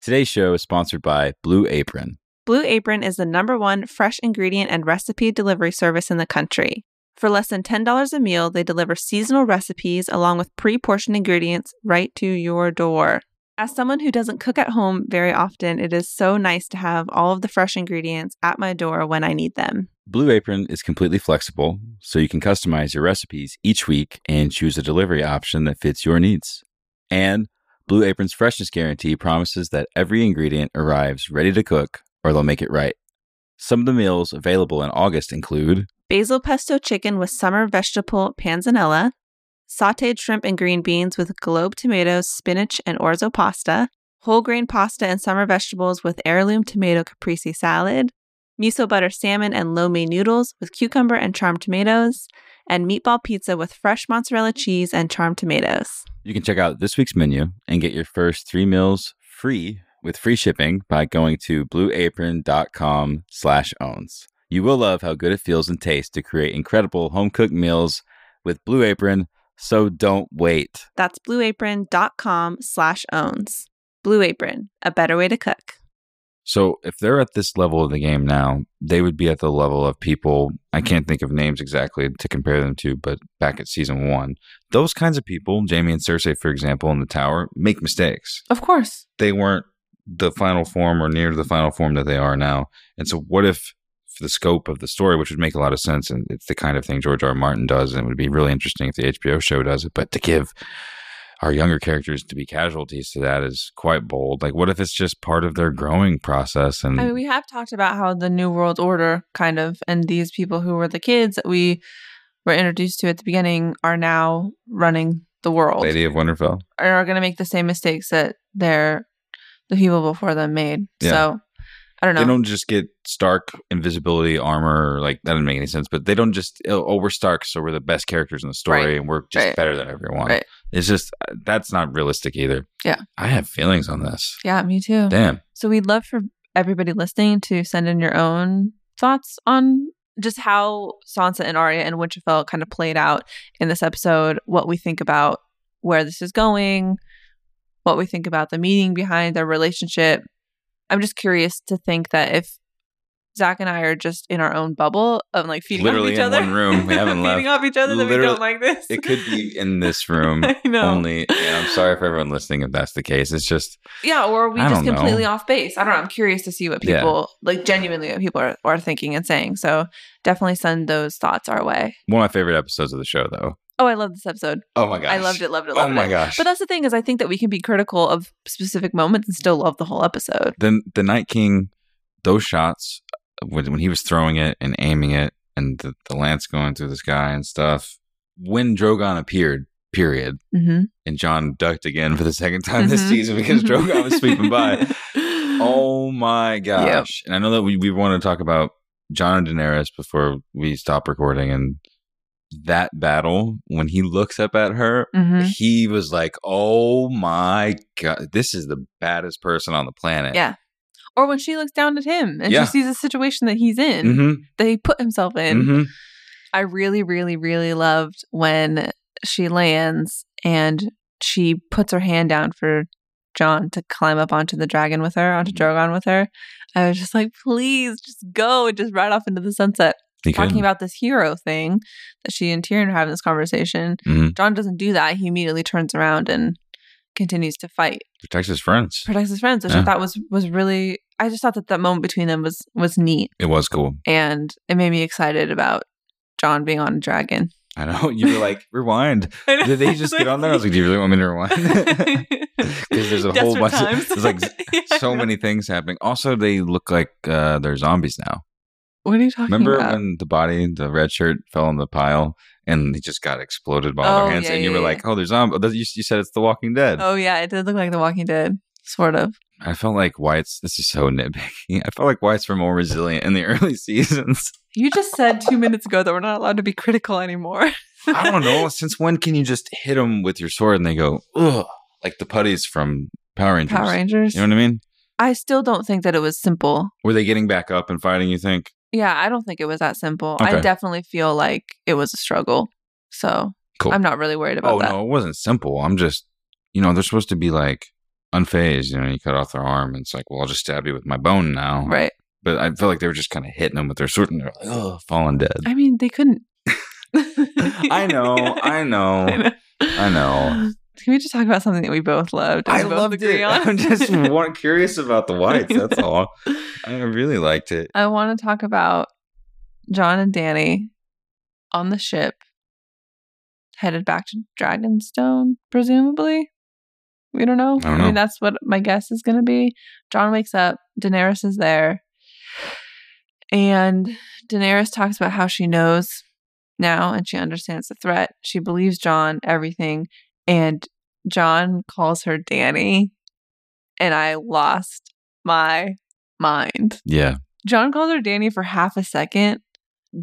Today's show is sponsored by Blue Apron.
Blue Apron is the number one fresh ingredient and recipe delivery service in the country. For less than $10 a meal, they deliver seasonal recipes along with pre portioned ingredients right to your door. As someone who doesn't cook at home very often, it is so nice to have all of the fresh ingredients at my door when I need them.
Blue Apron is completely flexible, so you can customize your recipes each week and choose a delivery option that fits your needs. And Blue Apron's freshness guarantee promises that every ingredient arrives ready to cook or they'll make it right. Some of the meals available in August include
basil pesto chicken with summer vegetable panzanella, sauteed shrimp and green beans with globe tomatoes, spinach, and orzo pasta, whole grain pasta and summer vegetables with heirloom tomato caprese salad, miso butter salmon and lo mein noodles with cucumber and charmed tomatoes, and meatball pizza with fresh mozzarella cheese and charmed tomatoes.
You can check out this week's menu and get your first three meals free with free shipping by going to blueapron.com slash owns. You will love how good it feels and tastes to create incredible home-cooked meals with Blue Apron, so don't wait.
That's blueapron.com slash owns. Blue Apron, a better way to cook.
So if they're at this level of the game now, they would be at the level of people I can't think of names exactly to compare them to, but back at season one, those kinds of people, Jamie and Cersei, for example, in the tower, make mistakes.
Of course.
They weren't the final form or near the final form that they are now. And so what if for the scope of the story, which would make a lot of sense, and it's the kind of thing George R. R. Martin does, and it would be really interesting if the HBO show does it, but to give our younger characters to be casualties to that is quite bold. Like, what if it's just part of their growing process? And
I mean, we have talked about how the New World Order kind of, and these people who were the kids that we were introduced to at the beginning are now running the world
Lady of Winterfell,
and are going to make the same mistakes that their the people before them made.
Yeah.
So I don't know.
they don't just get Stark invisibility armor. Like that doesn't make any sense. But they don't just oh, oh, we're Stark, so we're the best characters in the story,
Right.
and we're just
Right.
better than everyone.
Right.
It's just uh, that's not realistic either.
Yeah.
I have feelings on this.
yeah, me too.
Damn,
So we'd love for everybody listening to send in your own thoughts on just how Sansa and Arya and Winterfell kind of played out in this episode, what we think about where this is going, what we think about the meaning behind their relationship. I'm just curious to think that if Zach and I are just in our own bubble of like feeding
Literally
off each
in
other,
one room. We haven't
feeding off each other, that we
Literally-
don't like this.
it could be in this room
I know.
only. And I'm sorry for everyone listening if that's the case. It's just
Yeah, or are we
I
just
don't
completely
know.
off base? I don't know. I'm curious to see what
Yeah.
people like genuinely what people are, are thinking and saying. So definitely send those thoughts our way.
one of my favorite episodes of the show, though.
Oh, I love this episode.
Oh my gosh,
I loved it, loved it,
Oh
loved
my
it.
gosh.
But that's the thing is I think that we can be critical of specific moments and still love the whole episode.
then the Night King, those shots when, when he was throwing it and aiming it, and the, the lance going through the sky and stuff. When Drogon appeared, period,
Mm-hmm.
and John ducked again for the second time this season because
Mm-hmm.
Drogon was sweeping by. Oh my gosh! And I know that we we want to talk about John and Daenerys before we stop recording, and that battle when he looks up at her.
hmm
He was like, "Oh my god, this is the baddest person on the planet."
Yeah. Or when she looks down at him and
Yeah.
she sees the situation that he's in,
hmm
that he put himself in.
hmm
I really, really, really loved when she lands and she puts her hand down for John to climb up onto the dragon with her, onto Drogon with her. I was just like, please just go and just ride off into the sunset.
He
Talking
couldn't.
about this hero thing that she and Tyrion are having this conversation.
Mhm.
John doesn't do that. He immediately turns around and continues to fight,
protects his friends.
protects his friends, which I
Yeah.
thought was was really I just thought that that moment between them was was neat
It was cool.
and it made me excited about John being on a dragon.
I know you were like rewind. Did they just get on there? I was like, do you really want me to rewind?
because
'Cause there's a whole bunch of- there's like so many things happening. Also, they look like uh, they're zombies now.
What are you talking
Remember
about?
when the body, the red shirt, fell in the pile and he just got exploded by all
Oh,
their hands?
yeah,
and you
yeah,
were
yeah.
like, oh, they're zombies. You, you said it's The Walking Dead.
oh yeah, it did look like The Walking Dead, sort of.
I felt like White's. This is so nitpicky. I felt like White's were more resilient in the early seasons.
You just said two minutes ago that we're not allowed to be critical anymore.
I don't know. Since when can you just hit them with your sword and they go, ugh, like the putties from Power Rangers?
Power Rangers.
You know what I mean?
I still don't think that it was simple.
Were they getting back up and fighting, you think?
Yeah, I don't think it was that simple. I
Okay.
definitely feel like it was a struggle. So
Cool.
I'm not really worried about
oh,
that.
no, it wasn't simple. I'm just, you know, they're supposed to be like unfazed. You know, you cut off their arm and it's like, well, I'll just stab you with my bone now.
Right.
But I feel like they were just kind of hitting them with their sword and they're like, ugh, fallen dead.
I mean, they couldn't.
I know. I know. I know.
Can we just talk about something that we both loved? and
I
we both
loved
agree
it.
on?
I'm just one, curious about the whites. That's all. I really liked it.
I want to talk about John and Danny on the ship, headed back to Dragonstone, presumably. We don't know.
I don't
mean,
know.
that's what my guess is going to be. John wakes up. Daenerys is there. And Daenerys talks about how she knows now and she understands the threat. She believes John, everything. And John calls her Danny. And I lost my mind.
Yeah.
John calls her Danny for half a second.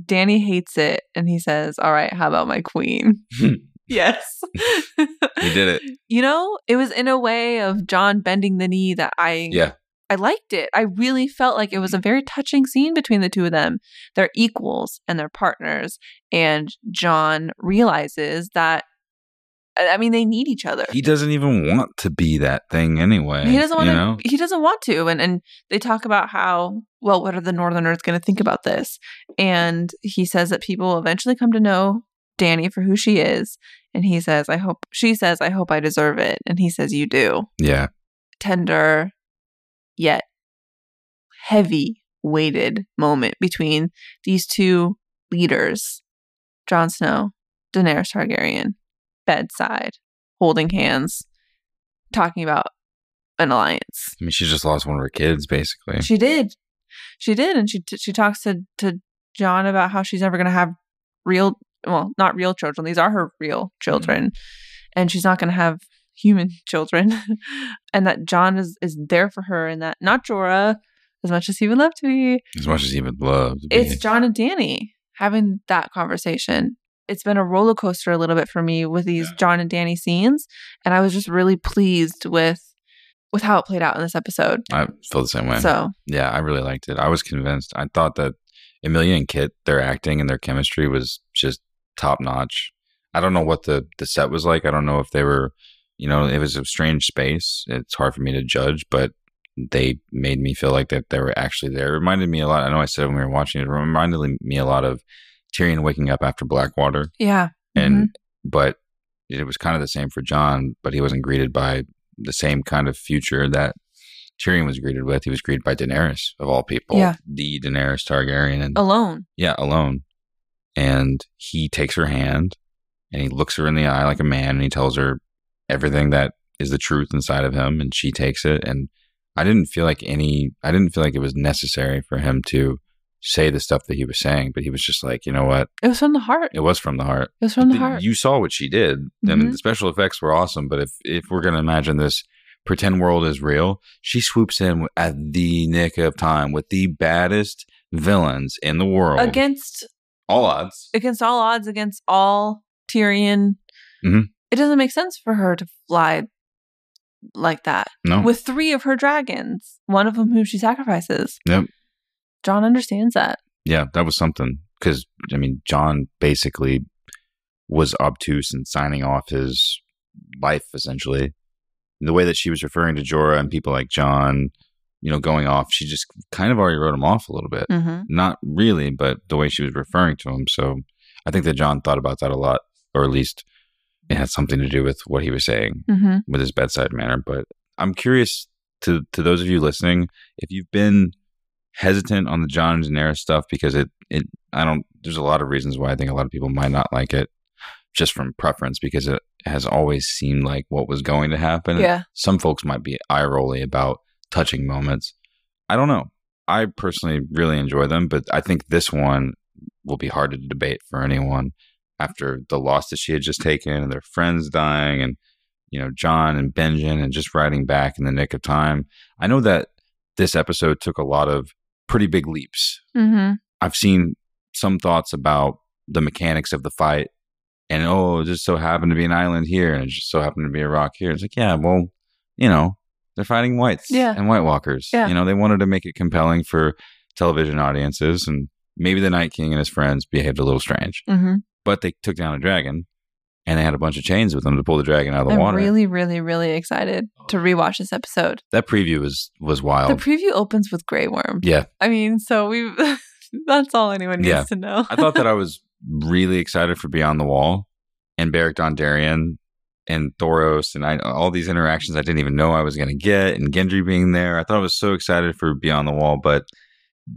Danny hates it. And he says, All right, how about my queen? yes. he
He did it.
You know, it was in a way of John bending the knee that I
Yeah.
I liked it. I really felt like it was a very touching scene between the two of them. They're equals and they're partners. And John realizes that, I I mean, they need each other.
He doesn't even want to be that thing anyway.
He doesn't want
you
to.
know?
He doesn't want to. And and they talk about how well, what are the Northerners going to think about this? And he says that people will eventually come to know Danny for who she is. And he says, I hope she says, I hope I deserve it. And he says, you do.
Yeah.
Tender, yet heavy weighted moment between these two leaders, Jon Snow, Daenerys Targaryen, bedside, holding hands, talking about an alliance.
I mean, she just lost one of her kids, basically.
She did. She did, and she t- she talks to to John about how she's never going to have real, well, not real children. These are her real children, and she's not going to have human children, and that John is is there for her, and that not Jorah, as much as he would love to be.
as much as he would love. to be.
It's John and Danny having that conversation. It's been a roller coaster a little bit for me with these John and Danny scenes, and I was just really pleased with with how it played out in this episode.
I feel the same way.
So
yeah, I really liked it. I was convinced. I thought that Amelia and Kit, their acting and their chemistry was just top notch. I don't know what the the set was like. I don't know if they were, you know, it was a strange space. It's hard for me to judge, but they made me feel like that they were actually there. It reminded me a lot. I know I said when we were watching it, it reminded me a lot of Tyrion waking up after Blackwater
yeah, Mm-hmm.
and but it was kind of the same for John, but he wasn't greeted by the same kind of future that Tyrion was greeted with. He was greeted by Daenerys of all people,
Yeah. Oh.
the Daenerys Targaryen, and
alone.
yeah, alone. And he takes her hand and he looks her in the eye like a man and he tells her everything that is the truth inside of him and she takes it and I didn't feel like any I didn't feel like it was necessary for him to say the stuff that he was saying, but he was just like, you know what?
It was from the heart.
It was from the heart.
It was from the
Th-
heart.
You saw what she did. I mean,
Mhm.
the special effects were awesome, but if if we're gonna imagine this pretend world is real, she swoops in at the nick of time with the baddest villains in the world.
against
all odds.
against all odds, against all Tyrion.
Mhm.
It doesn't make sense for her to fly like that
No,
with three of her dragons, one of them whom she sacrifices.
Yep.
John understands that.
yeah, that was something because I mean, John basically was obtuse in signing off his life essentially. The way that she was referring to Jorah and people like John, you know, going off, she just kind of already wrote him off a little bit.
Mm-hmm.
not really, but the way she was referring to him. So I think that John thought about that a lot, or at least it had something to do with what he was saying
Mm-hmm.
with his bedside manner. But I'm curious to to those of you listening, if you've been hesitant on the John and Daenerys stuff because it it I don't there's a lot of reasons why I think a lot of people might not like it just from preference because it has always seemed like what was going to happen.
Yeah.
Some folks might be eye rolly about touching moments. I don't know. I personally really enjoy them, but I think this one will be hard to debate for anyone after the loss that she had just taken and their friends dying and you know John and Benjen and just riding back in the nick of time. I know that this episode took a lot of pretty big leaps.
Mm-hmm.
I've seen some thoughts about the mechanics of the fight and oh, it just so happened to be an island here and it just so happened to be a rock here. It's like, yeah, well, you know, they're fighting whites
Yeah.
and white walkers.
Yeah.
You know, they wanted to make it compelling for television audiences and maybe the Night King and his friends behaved a little strange.
Mm-hmm.
But they took down a dragon and they had a bunch of chains with them to pull the dragon out of the
I'm
water. Oh.
really, really, really excited to rewatch this episode.
that preview was was wild.
The preview opens with Grey Worm.
Oh. yeah,
I mean, so we. that's all anyone needs
Yeah.
to know.
I thought that I was really excited for Beyond the Wall and Beric Dondarrion and Thoros and I, all these interactions I didn't even know I was going to get and Gendry being there. I thought I was so excited for Beyond the Wall, but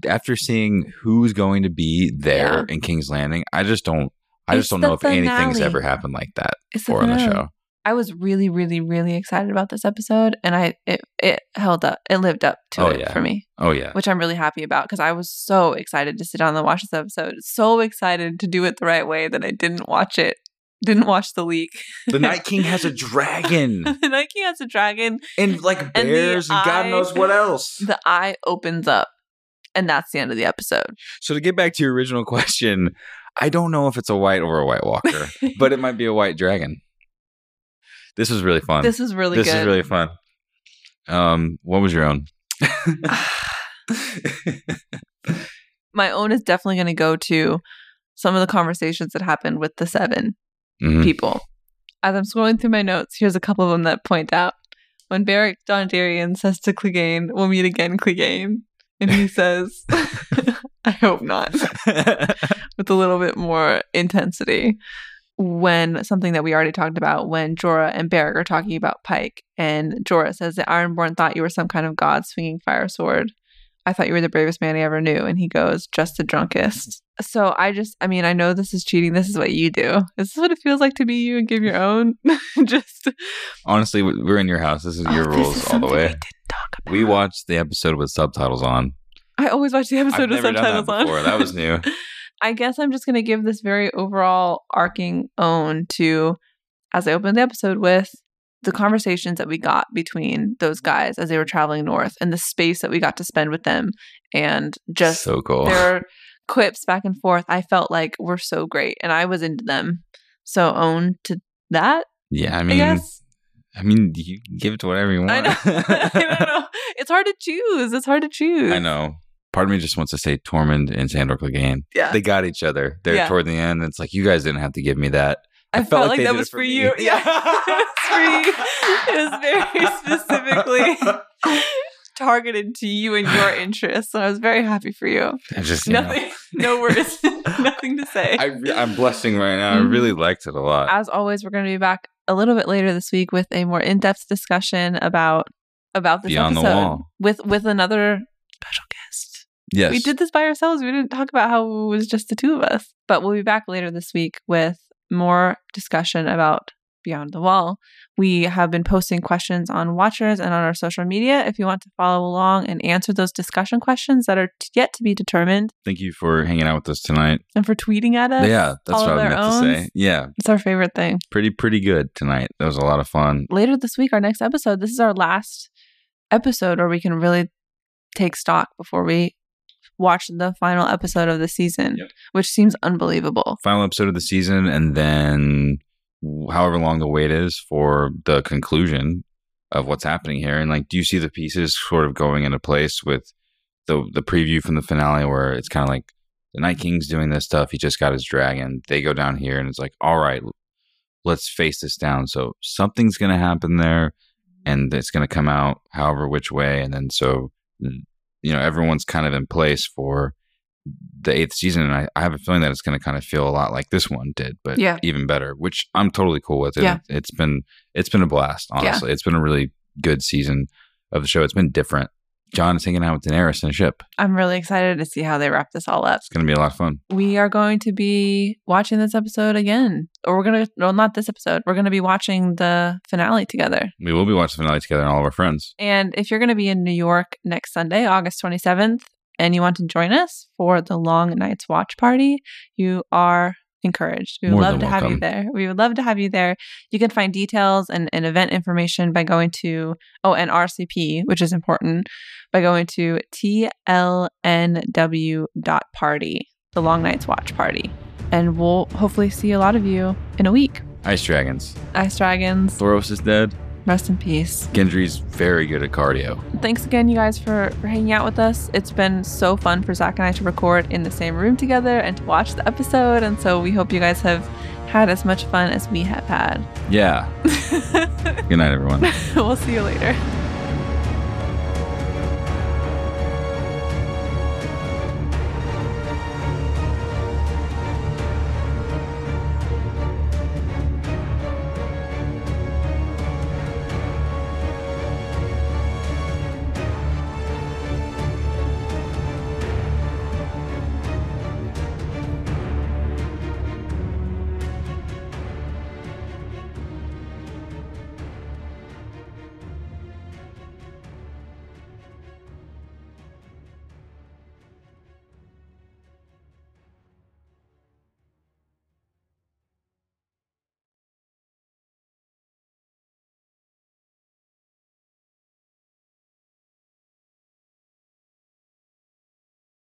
after seeing who's going to be there in King's Landing, I just don't. I
It's
just don't
the
know if anything's
finale.
ever happened like that
It's the
before on the
finale.
show.
I was really, really, really excited about this episode, and I it it held up, it lived up to
Oh,
it
yeah.
for me,
Oh yeah.
which I'm really happy about because I was so excited to sit down and watch this episode, so excited to do it the right way that I didn't watch it, didn't watch the leak.
The Night King has a dragon
the Nike has a dragon.
and like
And the
bears and, God
eye-
knows what else.
The eye opens up, and that's the end of the episode.
So to get back to your original question, I don't know if it's a white or a white walker, but it might be a white dragon. This was really fun.
This was really
Um, This
good.
is really fun. Um, what was your own?
My own is definitely going to go to some of the conversations that happened with the 7
Mhm.
people. As I'm scrolling through my notes, here's a couple of them that point out when Barrick Dondarrion says to Clegane, "We'll meet again, Clegane," and he says, "I hope not," with a little bit more intensity. When something that we already talked about, when Jorah and Barrick are talking about Pike, and Jorah says, "The Ironborn thought you were some kind of god swinging fire sword." I thought you were the bravest man I ever knew. And he goes, just the drunkest. So I just, I mean, I know this is cheating. This is what you do. This is what it feels like to be you and give your own. just
Honestly, we- we're in your house. This is
Oh,
your
this
rules
is
all the
something
way.
We, didn't talk about.
We watched the episode with subtitles on.
I always watch the episode
I've
with
never done that
subtitles on.
before. That was new.
I guess I'm just going to give this very overall arcing own to, as I opened the episode with, the conversations that we got between those guys as they were traveling north and the space that we got to spend with them and just
so cool.
their quips back and forth i felt like were so great and i was into them so own to that
yeah, I
i,
mean, I,
guess
mean, you can give it to whatever you want.
i know i don't know it's hard to choose it's hard to choose
I know. Part of me just wants to say Tormund and Sandor Clegane.
yeah
They got each other there
Yeah.
toward the end. It's like you guys didn't have to give me that.
i, felt, like
they
that
did it
was for
me.
you yeah it was for you it was very specifically targeted to you and your interests and i was very happy for you
I just you know,
nothing no words nothing to say
I re- I'm blushing right now. I really
Mm-hmm.
liked it a lot.
as always we're going to be back a little bit later this week with a more in-depth discussion about about this
Beyond the
episode
Wall.
with with another special guest
yes,
we did this by ourselves we didn't talk about how it was just the two of us but we'll be back later this week with more discussion about beyond the wall we have been posting questions on watchers and on our social media if you want to follow along and answer those discussion questions that are t- yet to be determined
Thank you for hanging out with us tonight.
and for tweeting at us
yeah, that's
all
what
of
I
our
meant to
owns.
say. Yeah,
it's our favorite thing
pretty pretty good tonight. That was a lot of fun.
later this week, our next episode, this is our last episode where we can really take stock before we watch the final episode of the season,
Yep.
which seems unbelievable.
Final episode of the season, and then however long the wait is for the conclusion of what's happening here. And like, do you see the pieces sort of going into place with the the preview from the finale, where it's kind of like the Night King's doing this stuff. He just got his dragon. They go down here, and it's like, all right, let's face this down. So something's going to happen there, and it's going to come out however which way. And then so you know everyone's kind of in place for the eighth season, and I, I have a feeling that it's going to kind of feel a lot like this one did, but
Yeah.
even better, which I'm totally cool with. And
Yeah.
it's been it's been a blast. Honestly, it's been a really good season of the show. It's been different. John is hanging out with Daenerys in a ship.
I'm really excited to see how they wrap this all up.
It's going to be a lot of fun.
We are going to be watching this episode again, or we're going to, well, not this episode, we're going to be watching the finale together.
We will be watching the finale together, and all of our friends.
And if you're going to be in New York next Sunday, August 27th, and you want to join us for the Long Nights Watch Party, you are encouraged. We would
More
love
than
to have you
welcome.
there. We would love to have you there. You can find details and, and event information by going to, oh, and RCP, which is important, by going to tlnw.party, the Long Nights Watch Party. And we'll hopefully see a lot of you in a week.
Ice dragons.
Ice Dragons,
Thoros is dead.
rest in peace.
Gendry's very good at cardio.
thanks again you guys for, for hanging out with us it's been so fun for zach and i to record in the same room together and to watch the episode and so we hope you guys have had as much fun as we have had
Yeah. good night, everyone.
we'll see you later